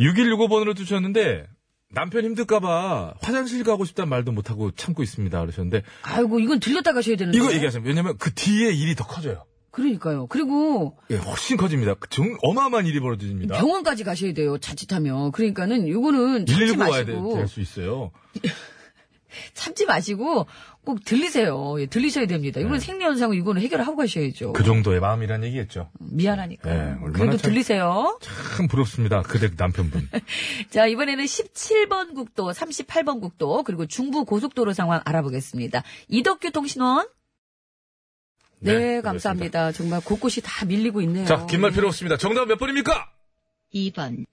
Speaker 3: 6165번으로 주셨는데 남편 힘들까봐 화장실 가고 싶단 말도 못하고 참고 있습니다. 그러셨는데
Speaker 5: 아이고, 이건 들렸다 가셔야 되는데.
Speaker 3: 이거 얘기하시면 왜냐면 그 뒤에 일이 더 커져요.
Speaker 5: 그러니까요. 그리고
Speaker 3: 예, 훨씬 커집니다. 그 정, 어마어마한 일이 벌어집니다.
Speaker 5: 병원까지 가셔야 돼요. 자칫하면. 그러니까는 요거는
Speaker 3: 119
Speaker 5: 참지
Speaker 3: 와야 될
Speaker 5: 마시고.
Speaker 3: 수 있어요.
Speaker 5: 참지 마시고 꼭 들리세요. 예, 들리셔야 됩니다. 이건
Speaker 3: 네.
Speaker 5: 생리현상 이거는 해결하고 가셔야죠.
Speaker 3: 그 정도의 마음이란 얘기였죠. 네,
Speaker 5: 미안하니까.
Speaker 3: 얼마나
Speaker 5: 그래도
Speaker 3: 참-
Speaker 5: 들리세요.
Speaker 3: 참 부럽습니다. 그대 남편분.
Speaker 5: 네, 자, 이번에는 17번 국도, 38번 국도, 그리고 중부 고속도로 상황 알아보겠습니다. 이덕규 통신원. 네, 감사합니다. 정말 곳곳이 다 밀리고 있네요.
Speaker 3: 자, 긴 말 필요 없습니다. 정답 몇 번입니까?
Speaker 5: 2번.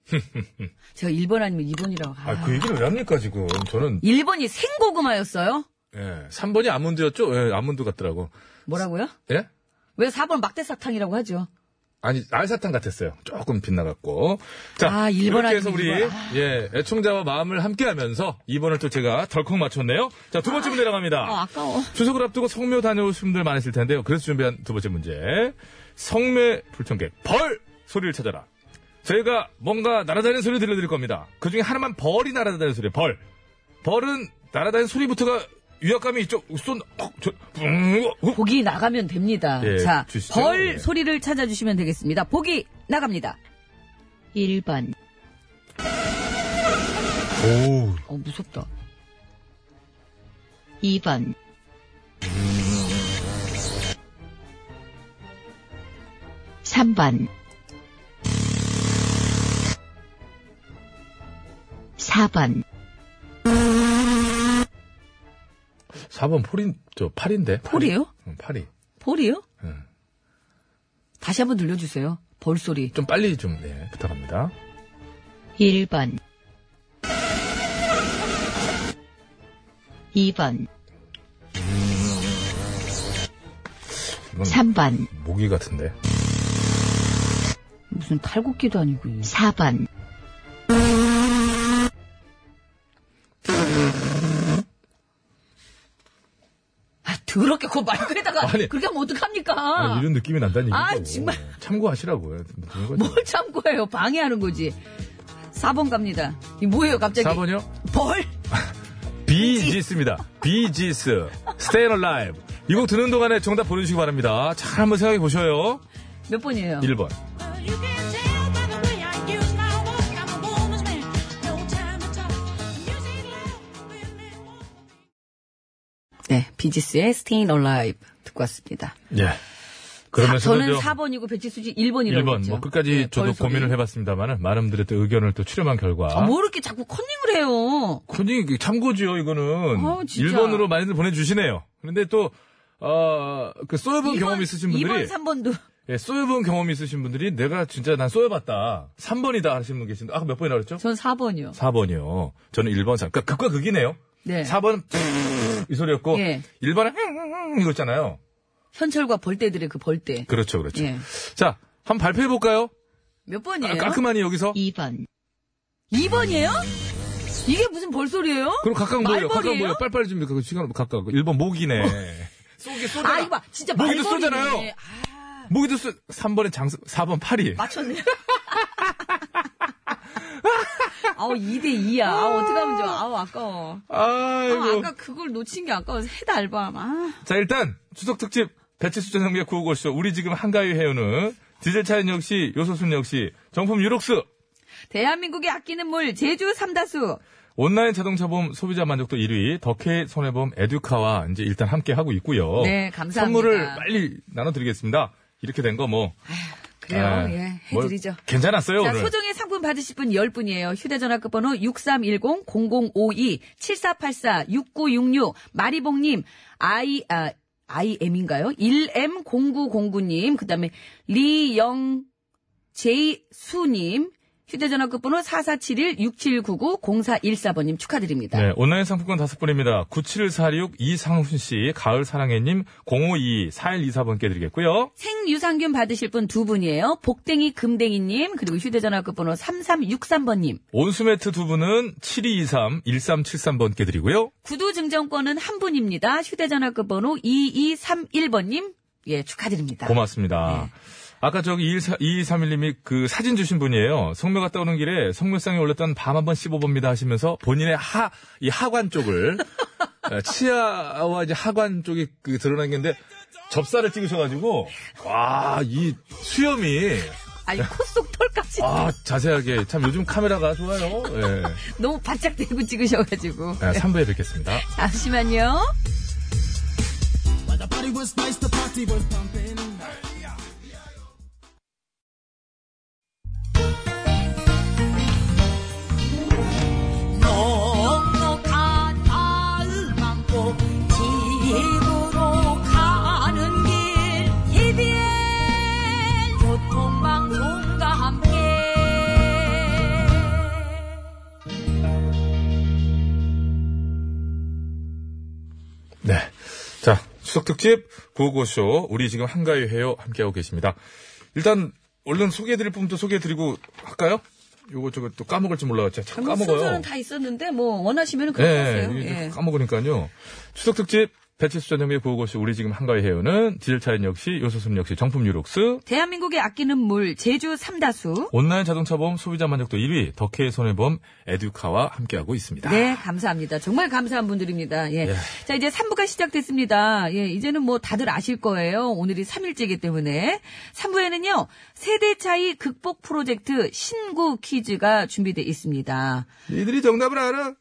Speaker 5: 제가 1번 아니면 2번이라고.
Speaker 3: 아, 그 얘기를 왜 합니까, 지금? 저는,
Speaker 5: 1번이 생고구마였어요?
Speaker 3: 예, 3번이 아몬드였죠? 예, 아몬드 같더라고.
Speaker 5: 뭐라고요?
Speaker 3: 예?
Speaker 5: 왜 4번 막대사탕이라고 하죠?
Speaker 3: 아니, 알사탕 같았어요. 조금 빛나갖고. 자,
Speaker 5: 아, 일본
Speaker 3: 이렇게 해서
Speaker 5: 아니면
Speaker 3: 우리,
Speaker 5: 일본.
Speaker 3: 예, 애청자와 마음을 함께 하면서 2번을 또 제가 덜컥 맞췄네요. 자, 두 번째 문제 나갑니다.
Speaker 5: 아, 아까워.
Speaker 3: 추석을 앞두고 성묘 다녀오신 분들 많으실 텐데요. 그래서 준비한 두 번째 문제. 성묘 불청객, 벌! 소리를 찾아라. 저희가 뭔가 날아다니는 소리 들려드릴 겁니다. 그 중에 하나만 벌이 날아다니는 소리, 벌. 벌은 날아다니는 소리부터가 위압감이 있죠. 쏜, 헉, 저, 뿡, 어, 어.
Speaker 5: 보기 나가면 됩니다.
Speaker 3: 예,
Speaker 5: 자,
Speaker 3: 주시죠.
Speaker 5: 벌
Speaker 3: 예.
Speaker 5: 소리를 찾아주시면 되겠습니다. 보기 나갑니다. 1번.
Speaker 3: 오.
Speaker 5: 어, 무섭다. 2번.
Speaker 11: 3번 4번
Speaker 3: 4번 폴인, 저, 팔인데?
Speaker 5: 폴이에요?
Speaker 3: 응, 팔이.
Speaker 5: 벌이요?
Speaker 3: 응.
Speaker 5: 다시 한번 들려주세요. 벌 소리.
Speaker 3: 좀 빨리 좀, 네, 부탁합니다.
Speaker 11: 1번 2번
Speaker 3: 이건
Speaker 11: 3번
Speaker 3: 모기 같은데.
Speaker 5: 무슨 탈곡기도 아니고.
Speaker 11: 4번
Speaker 5: 아, 더럽게 그 말고에다가
Speaker 3: 아니.
Speaker 5: 그렇게 하면 어떡합니까?
Speaker 3: 아, 이런 느낌이 난다는 얘기죠.
Speaker 5: 아, 정말. 뭐,
Speaker 3: 참고하시라고요. 드는 거죠.
Speaker 5: 뭘 참고해요. 방해하는 거지. 4번 갑니다. 이 뭐예요, 갑자기?
Speaker 3: 4번이요?
Speaker 5: 벌.
Speaker 3: 비지스입니다. 비지스. Stay Alive. 이 곡 듣는 동안에 정답 보내주시기 바랍니다. 잘 한번 생각해 보셔요.
Speaker 5: 몇 번이에요?
Speaker 3: 1번.
Speaker 5: 네, 비지스의 Staying Alive 듣고 왔습니다. 아,
Speaker 3: 예. 그러면서도
Speaker 5: 저는
Speaker 3: 저
Speaker 5: 4번이고 배치수지 1번이라고
Speaker 3: 1번.
Speaker 5: 했죠.
Speaker 3: 뭐 끝까지
Speaker 5: 네,
Speaker 3: 저도
Speaker 5: 벌 소리.
Speaker 3: 고민을 해봤습니다만 많은 분들의 또 의견을 또 추려한 결과.
Speaker 5: 아, 뭐 이렇게 자꾸 컨닝을 해요.
Speaker 3: 근데 이게 참고지요, 이거는.
Speaker 5: 아우, 진짜.
Speaker 3: 1번으로 많이들 보내주시네요. 그런데 또, 어, 그 쏘여본 경험 있으신 분들이.
Speaker 5: 2번, 3번도.
Speaker 3: 예, 쏘여본 경험 있으신 분들이 내가 진짜 난 쏘여봤다. 3번이다 하시는 분 계신데, 아까 몇 번이라 그랬죠?
Speaker 5: 전 4번이요.
Speaker 3: 4번이요. 저는 1번, 3번. 그러니까 극과 극이네요.
Speaker 5: 네.
Speaker 3: 4번은 이 소리였고,
Speaker 5: 예.
Speaker 3: 1번은 이거잖아요.
Speaker 5: 현철과 벌떼들의 그 벌떼.
Speaker 3: 그렇죠, 그렇죠.
Speaker 5: 예.
Speaker 3: 자, 한번 발표해볼까요?
Speaker 5: 몇 번이에요?
Speaker 3: 아, 깔끔하니 여기서?
Speaker 11: 2번.
Speaker 5: 2번이에요? 이게 무슨 벌소리예요?
Speaker 3: 그럼 각각 뭐예요? 각각
Speaker 5: 말벌이에요? 어.
Speaker 3: 뭐예요? 빨리빨리 좀, 그 시간 각각. 1번 모기네. 쏘기 쏘잖아.
Speaker 5: 아, 이거 봐. 진짜
Speaker 3: 모기도
Speaker 5: 말벌이네.
Speaker 3: 쏘잖아요. 모기도 쏘, 3번은 장수, 4번 파리.
Speaker 5: 맞췄네. 아우, 2대2야. 아우, 어떡하면 좋아. 아우, 아까워.
Speaker 3: 아이고.
Speaker 5: 어, 아우, 아까 그걸 놓친 게 아까워서 해다 알밤. 아.
Speaker 3: 자, 일단 추석 특집 배치수 전성기의 구호고쇼 우리 지금 한가위 해요는 디젤 차인 역시 요소순 역시 정품 유록스
Speaker 5: 대한민국이 아끼는 물, 제주 삼다수.
Speaker 3: 온라인 자동차 보험 소비자 만족도 1위 덕혜 손해보험 에듀카와 이제 일단 함께 하고 있고요.
Speaker 5: 네, 감사합니다.
Speaker 3: 선물을 빨리 나눠드리겠습니다. 이렇게 된 거 뭐
Speaker 5: 그래요.
Speaker 3: 아,
Speaker 5: 예, 해드리죠.
Speaker 3: 뭘 괜찮았어요
Speaker 5: 자,
Speaker 3: 오늘.
Speaker 5: 소정의 상품 받으실 분 10분이에요. 휴대전화 끝번호 6310-0052-7484-6966. 마리봉님, I, 아, IM인가요? 1M0909님, 그 다음에 리영, 제이수님, 휴대전화 끝번호 4471-6799-0414번님 축하드립니다.
Speaker 3: 네, 온라인 상품권 다섯 분입니다. 9746 이상훈 씨, 가을 사랑해님 052 4124번께 드리겠고요.
Speaker 5: 생유산균 받으실 분 두 분이에요. 복댕이 금댕이님, 그리고 휴대전화 끝번호 3363번님.
Speaker 3: 온수매트 두 분은 7223 1373번께 드리고요.
Speaker 5: 구두 증정권은 한 분입니다. 휴대전화 끝번호 2231번님. 예, 축하드립니다. 네.
Speaker 3: 고맙습니다. 아까 저기 2231님이 그 사진 주신 분이에요. 성묘 갔다 오는 길에 성묘상에 올렸던 밤 한번 씹어봅니다 하시면서 본인의 하, 이 하관 쪽을, 에, 치아와 이제 하관 쪽이 그 드러난 게인데 접사를 찍으셔가지고, 와, 이 수염이,
Speaker 5: 아니, 코 속 털까지
Speaker 3: 아, 자세하게, 참 요즘 카메라가 좋아요. 예.
Speaker 5: 너무 바짝 대고 찍으셔가지고.
Speaker 3: 아, 3부에 뵙겠습니다.
Speaker 5: 잠시만요.
Speaker 7: 넉넉한 마음 안고 집으로 가는 길
Speaker 3: 네. 추석 특집 구호고쇼 우리 지금 한가위 해요 함께하고 계십니다. 일단 얼른 소개해드릴 부분도 소개해드리고 할까요? 요거 저거 또 까먹을지 몰라 제가
Speaker 5: 잘못
Speaker 3: 참 까먹어요.
Speaker 5: 뭐 순서는 다 있었는데 뭐 원하시면 그거
Speaker 3: 예,
Speaker 5: 하세요.
Speaker 3: 이게
Speaker 5: 예.
Speaker 3: 까먹으니까요. 추석 특집 배치수 전형의 구호고시 우리 지금 한가위 해요는 디젤 차인 역시 요소수 역시 정품 유록스
Speaker 5: 대한민국이 아끼는 물 제주 삼다수.
Speaker 3: 온라인 자동차 보험 소비자 만족도 1위 덕혜 손해보험 에듀카와 함께하고 있습니다.
Speaker 5: 네, 감사합니다. 정말 감사한 분들입니다. 예. 자, 이제 3부가 시작됐습니다. 예, 이제는 뭐 다들 아실 거예요. 오늘이 3일째이기 때문에. 3부에는요, 세대 차이 극복 프로젝트 신구 퀴즈가 준비되어 있습니다.
Speaker 3: 이들이 정답을 알아?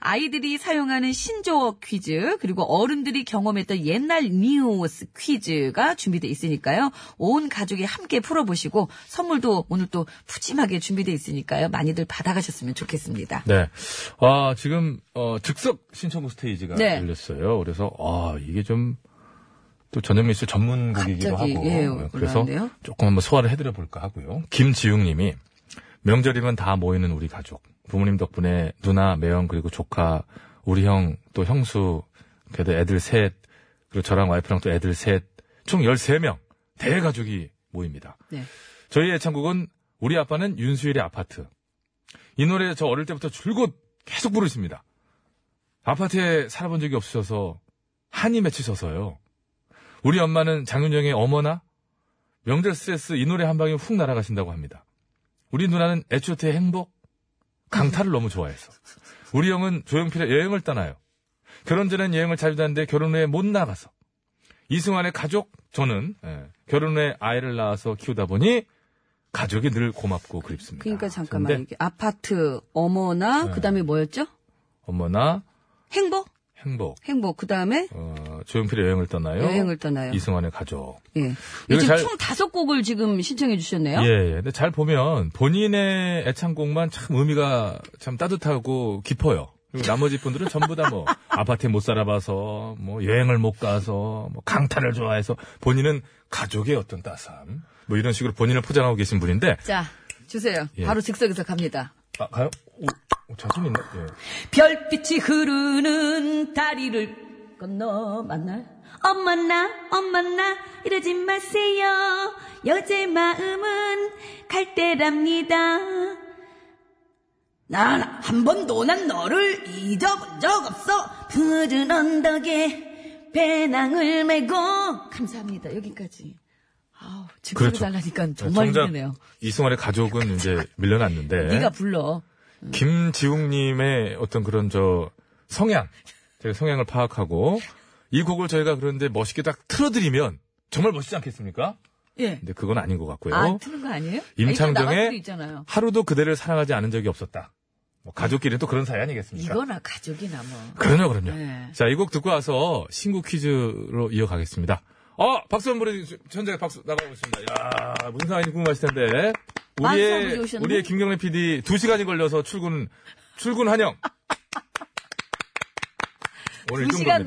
Speaker 5: 아이들이 사용하는 신조어 퀴즈, 그리고 어른들이 경험했던 옛날 뉴스 퀴즈가 준비되어 있으니까요. 온 가족이 함께 풀어보시고, 선물도 오늘 또 푸짐하게 준비되어 있으니까요. 많이들 받아가셨으면 좋겠습니다.
Speaker 3: 네. 아, 지금, 어, 즉석 신청곡 스테이지가
Speaker 5: 네.
Speaker 3: 열렸어요. 그래서, 아, 이게 좀, 또 저녁 뉴스 전문곡이기도
Speaker 5: 갑자기,
Speaker 3: 하고.
Speaker 5: 예,
Speaker 3: 그래서
Speaker 5: 올라왔네요.
Speaker 3: 조금 한번 소화를 해드려 볼까 하고요. 김지웅 님이, 명절이면 다 모이는 우리 가족. 부모님 덕분에 누나, 매형, 그리고 조카, 우리 형, 또 형수, 그래도 애들 셋, 그리고 저랑 와이프랑 또 애들 셋, 총 13명, 대가족이 모입니다.
Speaker 5: 네.
Speaker 3: 저희 애창곡은 우리 아빠는 윤수일의 아파트. 이 노래 저 어릴 때부터 줄곧 계속 부르십니다. 아파트에 살아본 적이 없으셔서 한이 맺히셔서요. 우리 엄마는 장윤정의 어머나 명절 스트레스 이 노래 한 방에 훅 날아가신다고 합니다. 우리 누나는 애초트의 행복 강타를 너무 좋아해서 우리 형은 조용필의 여행을 떠나요. 결혼 전엔 여행을 자주 다는데 결혼 후에 못 나가서 이승환의 가족 저는 예, 결혼 후에 아이를 낳아서 키우다 보니 가족이 늘 고맙고 그립습니다.
Speaker 5: 그러니까 잠깐만
Speaker 3: 아, 근데-
Speaker 5: 이게 아파트 어머나
Speaker 3: 네.
Speaker 5: 그다음에 뭐였죠?
Speaker 3: 어머나
Speaker 5: 행복
Speaker 3: 행복
Speaker 5: 행복 그다음에
Speaker 3: 어, 조용필의 여행을 떠나요.
Speaker 5: 여행을 떠나요.
Speaker 3: 이승환의 가족.
Speaker 5: 예.
Speaker 3: 이거
Speaker 5: 지금
Speaker 3: 잘-
Speaker 5: 총 다섯 곡을 지금 신청해 주셨네요.
Speaker 3: 예, 예. 근데 잘 보면 본인의 애창곡만 참 의미가 참 따뜻하고 깊어요. 그리고 나머지 분들은 전부 다 뭐 아파트에 못 살아봐서 뭐 여행을 못 가서 뭐 강타를 좋아해서 본인은 가족의 어떤 따스함 뭐 이런 식으로 본인을 포장하고 계신 분인데
Speaker 5: 자 주세요.
Speaker 3: 예.
Speaker 5: 바로 즉석에서 갑니다.
Speaker 3: 아, 가요? 오, 오, 자신 있나? 예.
Speaker 5: 별빛이 흐르는 다리를 건너 만날
Speaker 4: 엄마나 엄마나 이러지 마세요 여자의 마음은 갈대랍니다 난 한 번도 난 너를 잊어본 적 없어 푸른 언덕에 배낭을 메고
Speaker 5: 감사합니다. 여기까지. 아우 즉석에
Speaker 3: 그렇죠.
Speaker 5: 달라니까 정말
Speaker 3: 정작
Speaker 5: 힘드네요.
Speaker 3: 이승환의 가족은 이제 밀려났는데
Speaker 5: 네. 가 불러.
Speaker 3: 김지웅님의 어떤 그런 저 성향, 제가 성향을 파악하고 이 곡을 저희가 그런데 멋있게 딱 틀어드리면 정말 멋있지 않겠습니까?
Speaker 5: 예.
Speaker 3: 근데 그건 아닌 것 같고요.
Speaker 5: 아 트는 거 아니에요?
Speaker 3: 임창정의
Speaker 5: 아니, 또 나갈 수도 있잖아요.
Speaker 3: 하루도 그대를 사랑하지 않은 적이 없었다. 뭐 가족끼리 또 그런 사이 아니겠습니까?
Speaker 5: 이거나 가족이나 뭐.
Speaker 3: 그럼요, 그럼요.
Speaker 5: 네.
Speaker 3: 자, 이 곡 듣고 와서 신곡 퀴즈로 이어가겠습니다. 어, 박수 한번 보내주세요. 현장에 박수 나가보겠습니다. 야 무슨 상황인지 궁금하실 텐데.
Speaker 5: 많은
Speaker 3: 우리의,
Speaker 5: 사람들이 오셨네.
Speaker 3: 우리의 김경래 PD 두시간이 걸려서 출근, 출근 환영. 오늘 이
Speaker 5: 두 시간
Speaker 3: 정도입니다. 네.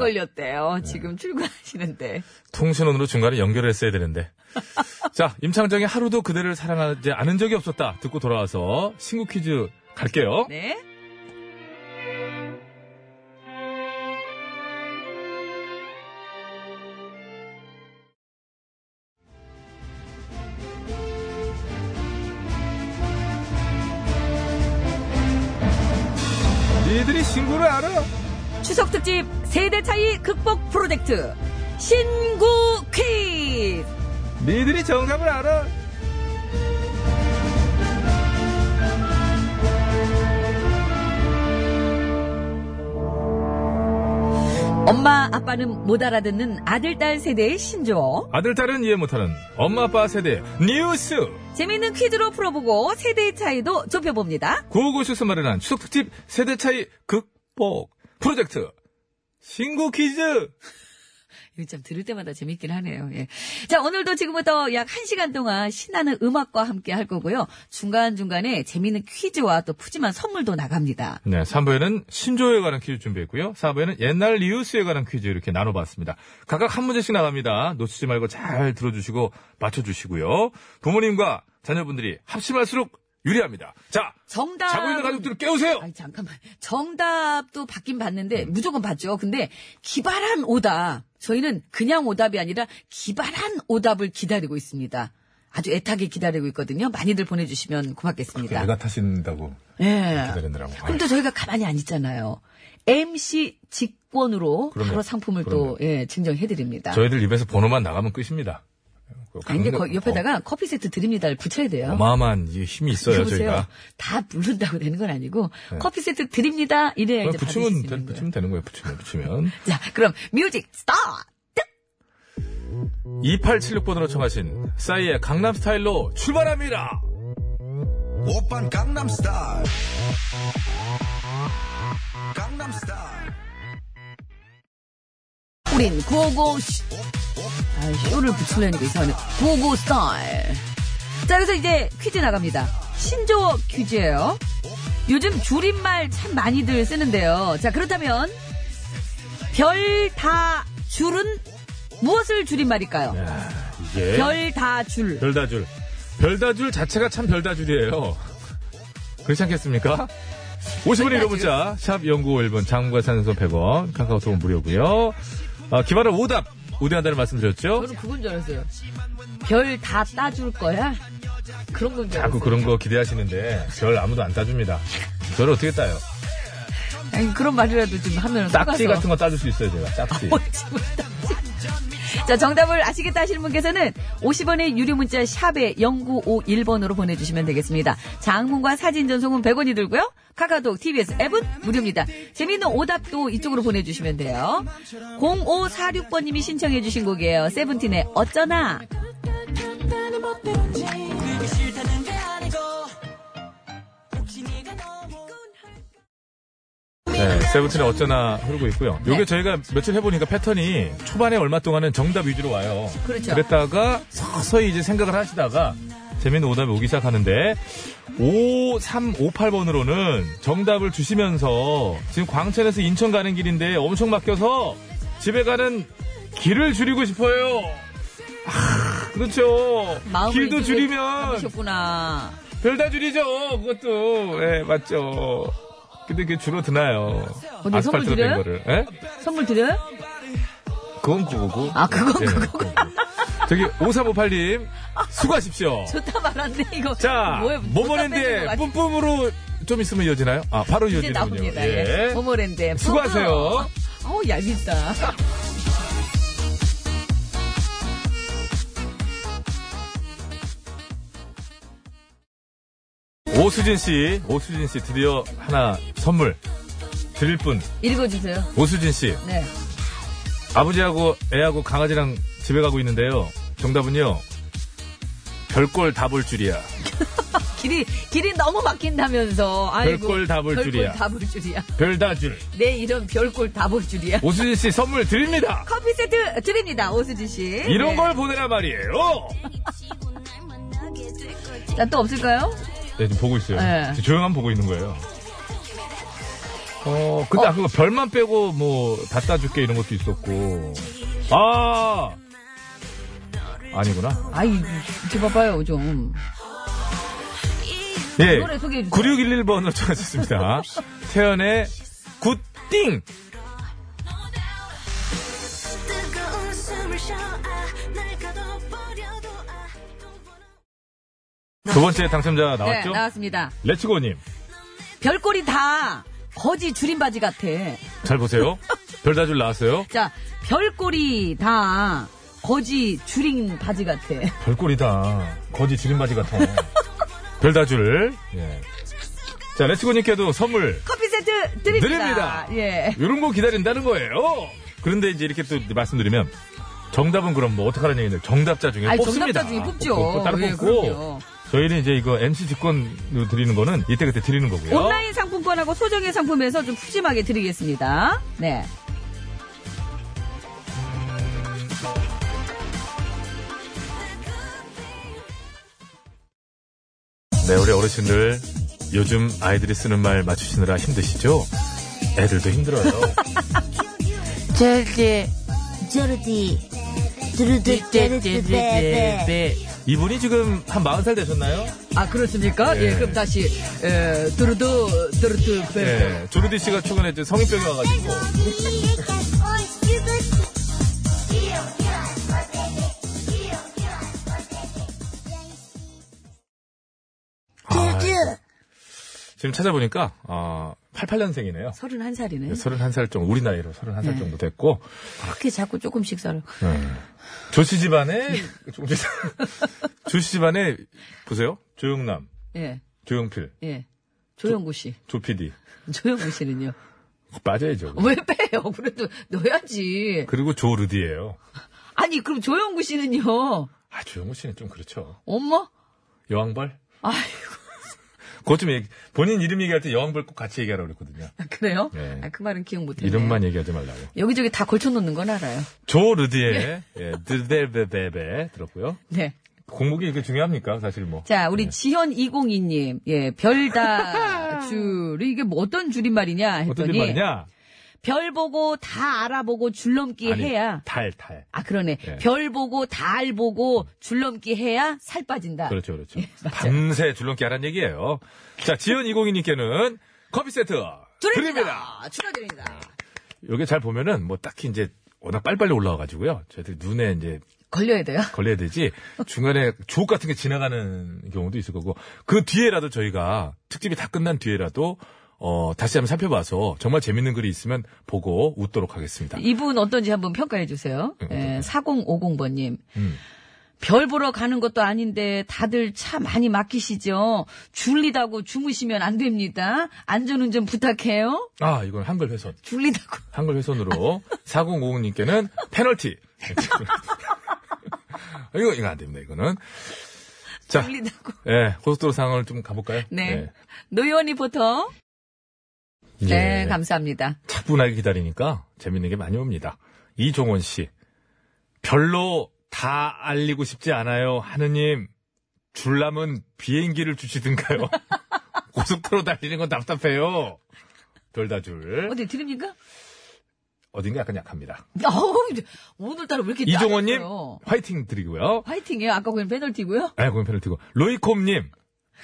Speaker 5: 걸렸대요. 지금 출근하시는데.
Speaker 3: 통신원으로 중간에 연결을 했어야 되는데. 자, 임창정의 하루도 그대를 사랑하지 않은 적이 없었다. 듣고 돌아와서 신곡 퀴즈 갈게요.
Speaker 5: 네.
Speaker 3: 니들이 신고를 알아?
Speaker 5: 추석 특집 세대 차이 극복 프로젝트 신구 퀴즈.
Speaker 3: 니들이 정답을 알아?
Speaker 5: 엄마 아빠는 못 알아듣는 아들 딸 세대의 신조어.
Speaker 3: 아들, 딸은 이해 못하는 엄마, 아빠 세대 뉴스!
Speaker 5: 재미있는 퀴즈로 풀어보고 세대의 차이도 좁혀봅니다.
Speaker 3: 구호고쇼스 마련한 추석특집 세대차이 극복 프로젝트 신구 퀴즈!
Speaker 5: 이거 참 들을 때마다 재밌긴 하네요. 예. 자, 오늘도 지금부터 약 1시간 동안 신나는 음악과 함께 할 거고요. 중간중간에 재미있는 퀴즈와 또 푸짐한 선물도 나갑니다.
Speaker 3: 네, 3부에는 신조어에 관한 퀴즈 준비했고요. 4부에는 옛날 뉴스에 관한 퀴즈 이렇게 나눠봤습니다. 각각 한 문제씩 나갑니다. 놓치지 말고 잘 들어주시고 맞춰주시고요. 부모님과 자녀분들이 합심할수록 유리합니다. 자,
Speaker 5: 정답.
Speaker 3: 자고 있는 가족들을 깨우세요.
Speaker 5: 아니 잠깐만. 정답도 받긴 봤는데
Speaker 3: 음.
Speaker 5: 무조건 봤죠. 근데 기발한 오답. 저희는 그냥 오답이 아니라 기발한 오답을 기다리고 있습니다. 아주 애타게 기다리고 있거든요. 많이들 보내주시면 고맙겠습니다.
Speaker 3: 내가 타신다고
Speaker 5: 예.
Speaker 3: 기다린다라고.
Speaker 5: 그럼 또 저희가 가만히 안 있잖아요. MC 직권으로
Speaker 3: 그럼요.
Speaker 5: 바로 상품을 또 예, 증정해드립니다.
Speaker 3: 저희들 입에서 번호만 나가면 끝입니다.
Speaker 5: 아니, 근데 거-
Speaker 3: 그런 거-
Speaker 5: 옆에다가 커피 세트 드립니다를 붙여야 돼요.
Speaker 3: 어마어마한 이 힘이 있어요,
Speaker 5: 여보세요?
Speaker 3: 저희가.
Speaker 5: 다 부른다고 되는 건 아니고
Speaker 3: 네.
Speaker 5: 커피 세트 드립니다. 이래야
Speaker 3: 그냥
Speaker 5: 이제 받으실 수
Speaker 3: 아, 붙이면,
Speaker 5: 있는
Speaker 3: 되,
Speaker 5: 거예요.
Speaker 3: 붙이면 되는 거예요, 붙이면. 붙이면.
Speaker 5: 자, 그럼 뮤직 스타트.
Speaker 3: 2876번으로 청하신 싸이의 강남 스타일로 출발합니다!
Speaker 12: 오빤 강남스타일 강남스타일
Speaker 5: 우린 고고 시- 아이 쇼를 붙이려니까 이상하네. 고고 스타일. 자, 그래서 이제 퀴즈 나갑니다. 신조어 퀴즈예요. 요즘 줄임말 참 많이들 쓰는데요. 자, 그렇다면 별 다 줄은 무엇을 줄임말일까요?
Speaker 3: 이게.
Speaker 5: 별 다 줄.
Speaker 3: 네. 별다줄. 별다줄 자체가 참 별다줄이에요. 그렇지 않겠습니까? 50원 이호 문자, 샵 0951번, 장과산소 100원, 카카오톡은 무료고요 아, 기발한 오답, 우대한다는 말씀 드렸죠?
Speaker 5: 저는 그건 줄 알았어요. 별 다 따줄 거야? 그런 건 줄
Speaker 3: 자꾸
Speaker 5: 알았어요.
Speaker 3: 그런 거 기대하시는데, 별 아무도 안 따줍니다. 저를 어떻게 따요?
Speaker 5: 아니, 그런 말이라도 좀 하면
Speaker 3: 딱지
Speaker 5: 속아서.
Speaker 3: 같은 거 따줄 수 있어요, 제가. 딱지.
Speaker 5: 자, 정답을 아시겠다 하시는 분께서는 50원의 유료 문자 샵에 0951번으로 보내주시면 되겠습니다. 장문과 사진 전송은 100원이 들고요. 카카오톡, TBS 앱은 무료입니다. 재미있는 오답도 이쪽으로 보내주시면 돼요. 0546번님이 신청해주신 곡이에요. 세븐틴의 어쩌나.
Speaker 8: 그게 싫다는 게 아니고 혹시 네가 너무
Speaker 3: 네, 세븐틴의 어쩌나 흐르고 있고요.
Speaker 5: 네.
Speaker 3: 요게 저희가 며칠 해보니까 패턴이 초반에 얼마 동안은 정답 위주로 와요.
Speaker 5: 그렇죠.
Speaker 3: 랬다가 서서히 이제 생각을 하시다가 재밌는 오답이 오기 시작하는데 5358번으로는 정답을 주시면서 지금 광천에서 인천 가는 길인데 엄청 막혀서 집에 가는 길을 줄이고 싶어요. 아, 그렇죠.
Speaker 5: 마음을 아,
Speaker 3: 길도
Speaker 5: 이제
Speaker 3: 줄이면
Speaker 5: 담으셨구나.
Speaker 3: 별 다 줄이죠. 그것도 예 맞죠. 근데 그게 줄어드나요?
Speaker 5: 어디 선물
Speaker 3: 아스팔트로 된
Speaker 5: 드려요?
Speaker 3: 거를. 예?
Speaker 5: 선물 드려요?
Speaker 3: 그건 그거고.
Speaker 5: 아, 그건
Speaker 3: 그거고. 저기 5358님 수고하십시오.
Speaker 5: 좋다 말았네, 이거.
Speaker 3: 자,
Speaker 5: 뭐예요? 오답해주는 거
Speaker 3: 모모랜드의
Speaker 5: 아니야?
Speaker 3: 뿜뿜으로 좀 있으면 이어지나요? 아, 바로
Speaker 5: 이제
Speaker 3: 이어지는군요.
Speaker 5: 나옵니다. 예. 모모랜드.
Speaker 3: 수고하세요.
Speaker 5: 어우, 얄밉다.
Speaker 3: 오수진 씨, 오수진 씨 드디어 하나 선물 드릴 분.
Speaker 5: 읽어주세요.
Speaker 3: 오수진 씨,
Speaker 5: 네.
Speaker 3: 아버지하고 애하고 강아지랑 집에 가고 있는데요. 정답은요. 별꼴 다 볼 줄이야.
Speaker 5: 길이 길이 너무 막힌다면서. 아이고.
Speaker 3: 별꼴 다볼
Speaker 5: 별꼴
Speaker 3: 줄이야.
Speaker 5: 다 볼 줄이야.
Speaker 3: 별다줄.
Speaker 5: 내 이런 별꼴 다 볼 줄이야.
Speaker 3: 오수진 씨 선물 드립니다.
Speaker 5: 커피 세트 드립니다, 오수진 씨.
Speaker 3: 이런
Speaker 5: 네.
Speaker 3: 걸 보내라 말이에요.
Speaker 5: 자, 또 없을까요?
Speaker 3: 네, 지금 보고 있어요.
Speaker 5: 네.
Speaker 3: 지금 조용한 보고 있는 거예요. 어, 근데 아까 그거 별만 빼고 뭐, 갖다 줄게 이런 것도 있었고. 아! 아니구나.
Speaker 5: 아이, 저 봐봐요, 좀.
Speaker 3: 예.
Speaker 5: 아, 노래 소개해 주세요.
Speaker 3: 9611번을 청하셨습니다. 태연의 굿띵!
Speaker 7: 뜨거운 숨을 쉬어 아, 날 가둬버려도 아.
Speaker 3: 두 번째 당첨자 나왔죠?
Speaker 5: 네, 나왔습니다.
Speaker 3: 레츠고님,
Speaker 5: 별꼴이 다 거지 줄임바지 같아.
Speaker 3: 잘 보세요. 별다줄 나왔어요.
Speaker 5: 자, 별꼴이 다 거지 줄임바지 같아.
Speaker 3: 별꼴이다. 거지 줄임바지 같아. 별다줄. 예. 자, 레츠고님께도 선물
Speaker 5: 커피 세트 드립니다.
Speaker 3: 드립니다.
Speaker 5: 예.
Speaker 3: 이런 거 기다린다는 거예요. 그런데 이제 이렇게 또 말씀드리면 정답은 그럼 뭐 어떡하라는 얘기인데 정답자 중에
Speaker 5: 아니,
Speaker 3: 뽑습니다. 어,
Speaker 5: 정답자 중에 뽑죠.
Speaker 3: 뽑고, 따로
Speaker 5: 예,
Speaker 3: 뽑고
Speaker 5: 그럼요.
Speaker 3: 저희는 이제 이거 MC 직권으로 드리는 거는 이때 그때 드리는 거고요.
Speaker 5: 온라인 상품권하고 소정의 상품에서 좀 푸짐하게 드리겠습니다. 네.
Speaker 3: 네, 우리 어르신들 요즘 아이들이 쓰는 말 맞추시느라 힘드시죠? 애들도 힘들어요.
Speaker 13: 저기 저르디 드르드 베베
Speaker 3: 이분이 지금 한 40살 되셨나요?
Speaker 5: 아 그렇습니까?
Speaker 3: 예.
Speaker 5: 예, 그럼 다시 에, 두루두 두루두
Speaker 3: 네. 조르디 씨가 최근에 이제 성인병이 와가지고.
Speaker 5: 예,
Speaker 3: 지금 찾아보니까, 아, 88년생이네요.
Speaker 5: 31살이네.
Speaker 3: 31살 정도, 우리 나이로 31살
Speaker 5: 네.
Speaker 3: 정도 됐고.
Speaker 5: 그렇게 자꾸 조금씩 살아.
Speaker 3: 네. 조씨 집안에, 조씨 조씨 집안에, 보세요. 조용남,
Speaker 5: 예.
Speaker 3: 조용필,
Speaker 5: 예. 조영구 씨.
Speaker 3: 조PD.
Speaker 5: 조영구 씨는요.
Speaker 3: 빠져야죠.
Speaker 5: 왜 빼요? 그래도 넣어야지.
Speaker 3: 그리고 조르디예요
Speaker 5: 아니 그럼 조영구 씨는요.
Speaker 3: 아, 조영호 씨는 좀 그렇죠.
Speaker 5: 엄마?
Speaker 3: 여왕벌?
Speaker 5: 아이고
Speaker 3: 그것 좀 얘기, 본인 이름 얘기할 때 여왕벌 꼭 같이 얘기하라고 그랬거든요.
Speaker 5: 그래요?
Speaker 3: 네.
Speaker 5: 아, 그 말은 기억 못해요.
Speaker 3: 이름만 얘기하지 말라고.
Speaker 5: 여기저기 다 걸쳐놓는 건 알아요.
Speaker 3: 조르디의, 예, 드벨베베베 들었고요.
Speaker 5: 네.
Speaker 3: 공복이 이게 중요합니까? 사실 뭐.
Speaker 5: 자, 우리 지현 202님, 예, 별다 줄이 이게 뭐 어떤 줄임말이냐
Speaker 3: 어떤
Speaker 5: 했더니
Speaker 3: 말이냐?
Speaker 5: 별 보고 다 알아보고 줄넘기
Speaker 3: 아니,
Speaker 5: 해야
Speaker 3: 달, 달.
Speaker 5: 아 그러네
Speaker 3: 예.
Speaker 5: 별 보고 다 알 보고 줄넘기 해야 살 빠진다.
Speaker 3: 그렇죠, 그렇죠. 밤새 줄넘기 하란 얘기예요. 자, 지연 202님께는 커피 세트 드립니다.
Speaker 5: 드립니다. 축하드립니다.
Speaker 3: 요게 잘 보면은 뭐 딱히 이제 워낙 빨리빨리 올라와가지고요. 저희들 눈에 이제
Speaker 5: 걸려야 돼요.
Speaker 3: 걸려야 되지 중간에 주옥 같은 게 지나가는 경우도 있을 거고 그 뒤에라도 저희가 특집이 다 끝난 뒤에라도 어, 다시 한번 살펴봐서 정말 재밌는 글이 있으면 보고 웃도록 하겠습니다.
Speaker 5: 이분 어떤지 한번 평가해 주세요. 예, 4050번님.
Speaker 3: 네. 음.
Speaker 5: 별 보러 가는 것도 아닌데 다들 차 많이 막히시죠? 줄리다고 주무시면 안 됩니다. 안전운전 부탁해요.
Speaker 3: 아, 이건 한글 훼손.
Speaker 5: 줄리다고.
Speaker 3: 한글 훼손으로 4050님께는 페널티. 이거 이거 안 됩니다. 이거는 자,
Speaker 5: 줄리다고.
Speaker 3: 예, 고속도로 상황을 좀 가볼까요?
Speaker 5: 네.
Speaker 3: 예.
Speaker 5: 노요원 리포터. 네,
Speaker 3: 예.
Speaker 5: 감사합니다.
Speaker 3: 차분하게 기다리니까 재밌는 게 많이 옵니다. 이종원 씨. 별로 다 알리고 싶지 않아요. 하느님, 줄남은 비행기를 주시든가요. 고속도로 달리는 건 답답해요. 별다 줄.
Speaker 5: 어디 드립니까?
Speaker 3: 어딘가 약간 약합니다.
Speaker 5: 어우, 오늘따라 왜 이렇게
Speaker 3: 이종원님,
Speaker 5: 짧아요?
Speaker 3: 화이팅 드리고요.
Speaker 5: 화이팅이에요. 아까 그냥 페널티고요.
Speaker 3: 아, 공연편을 들고. 로이콤님,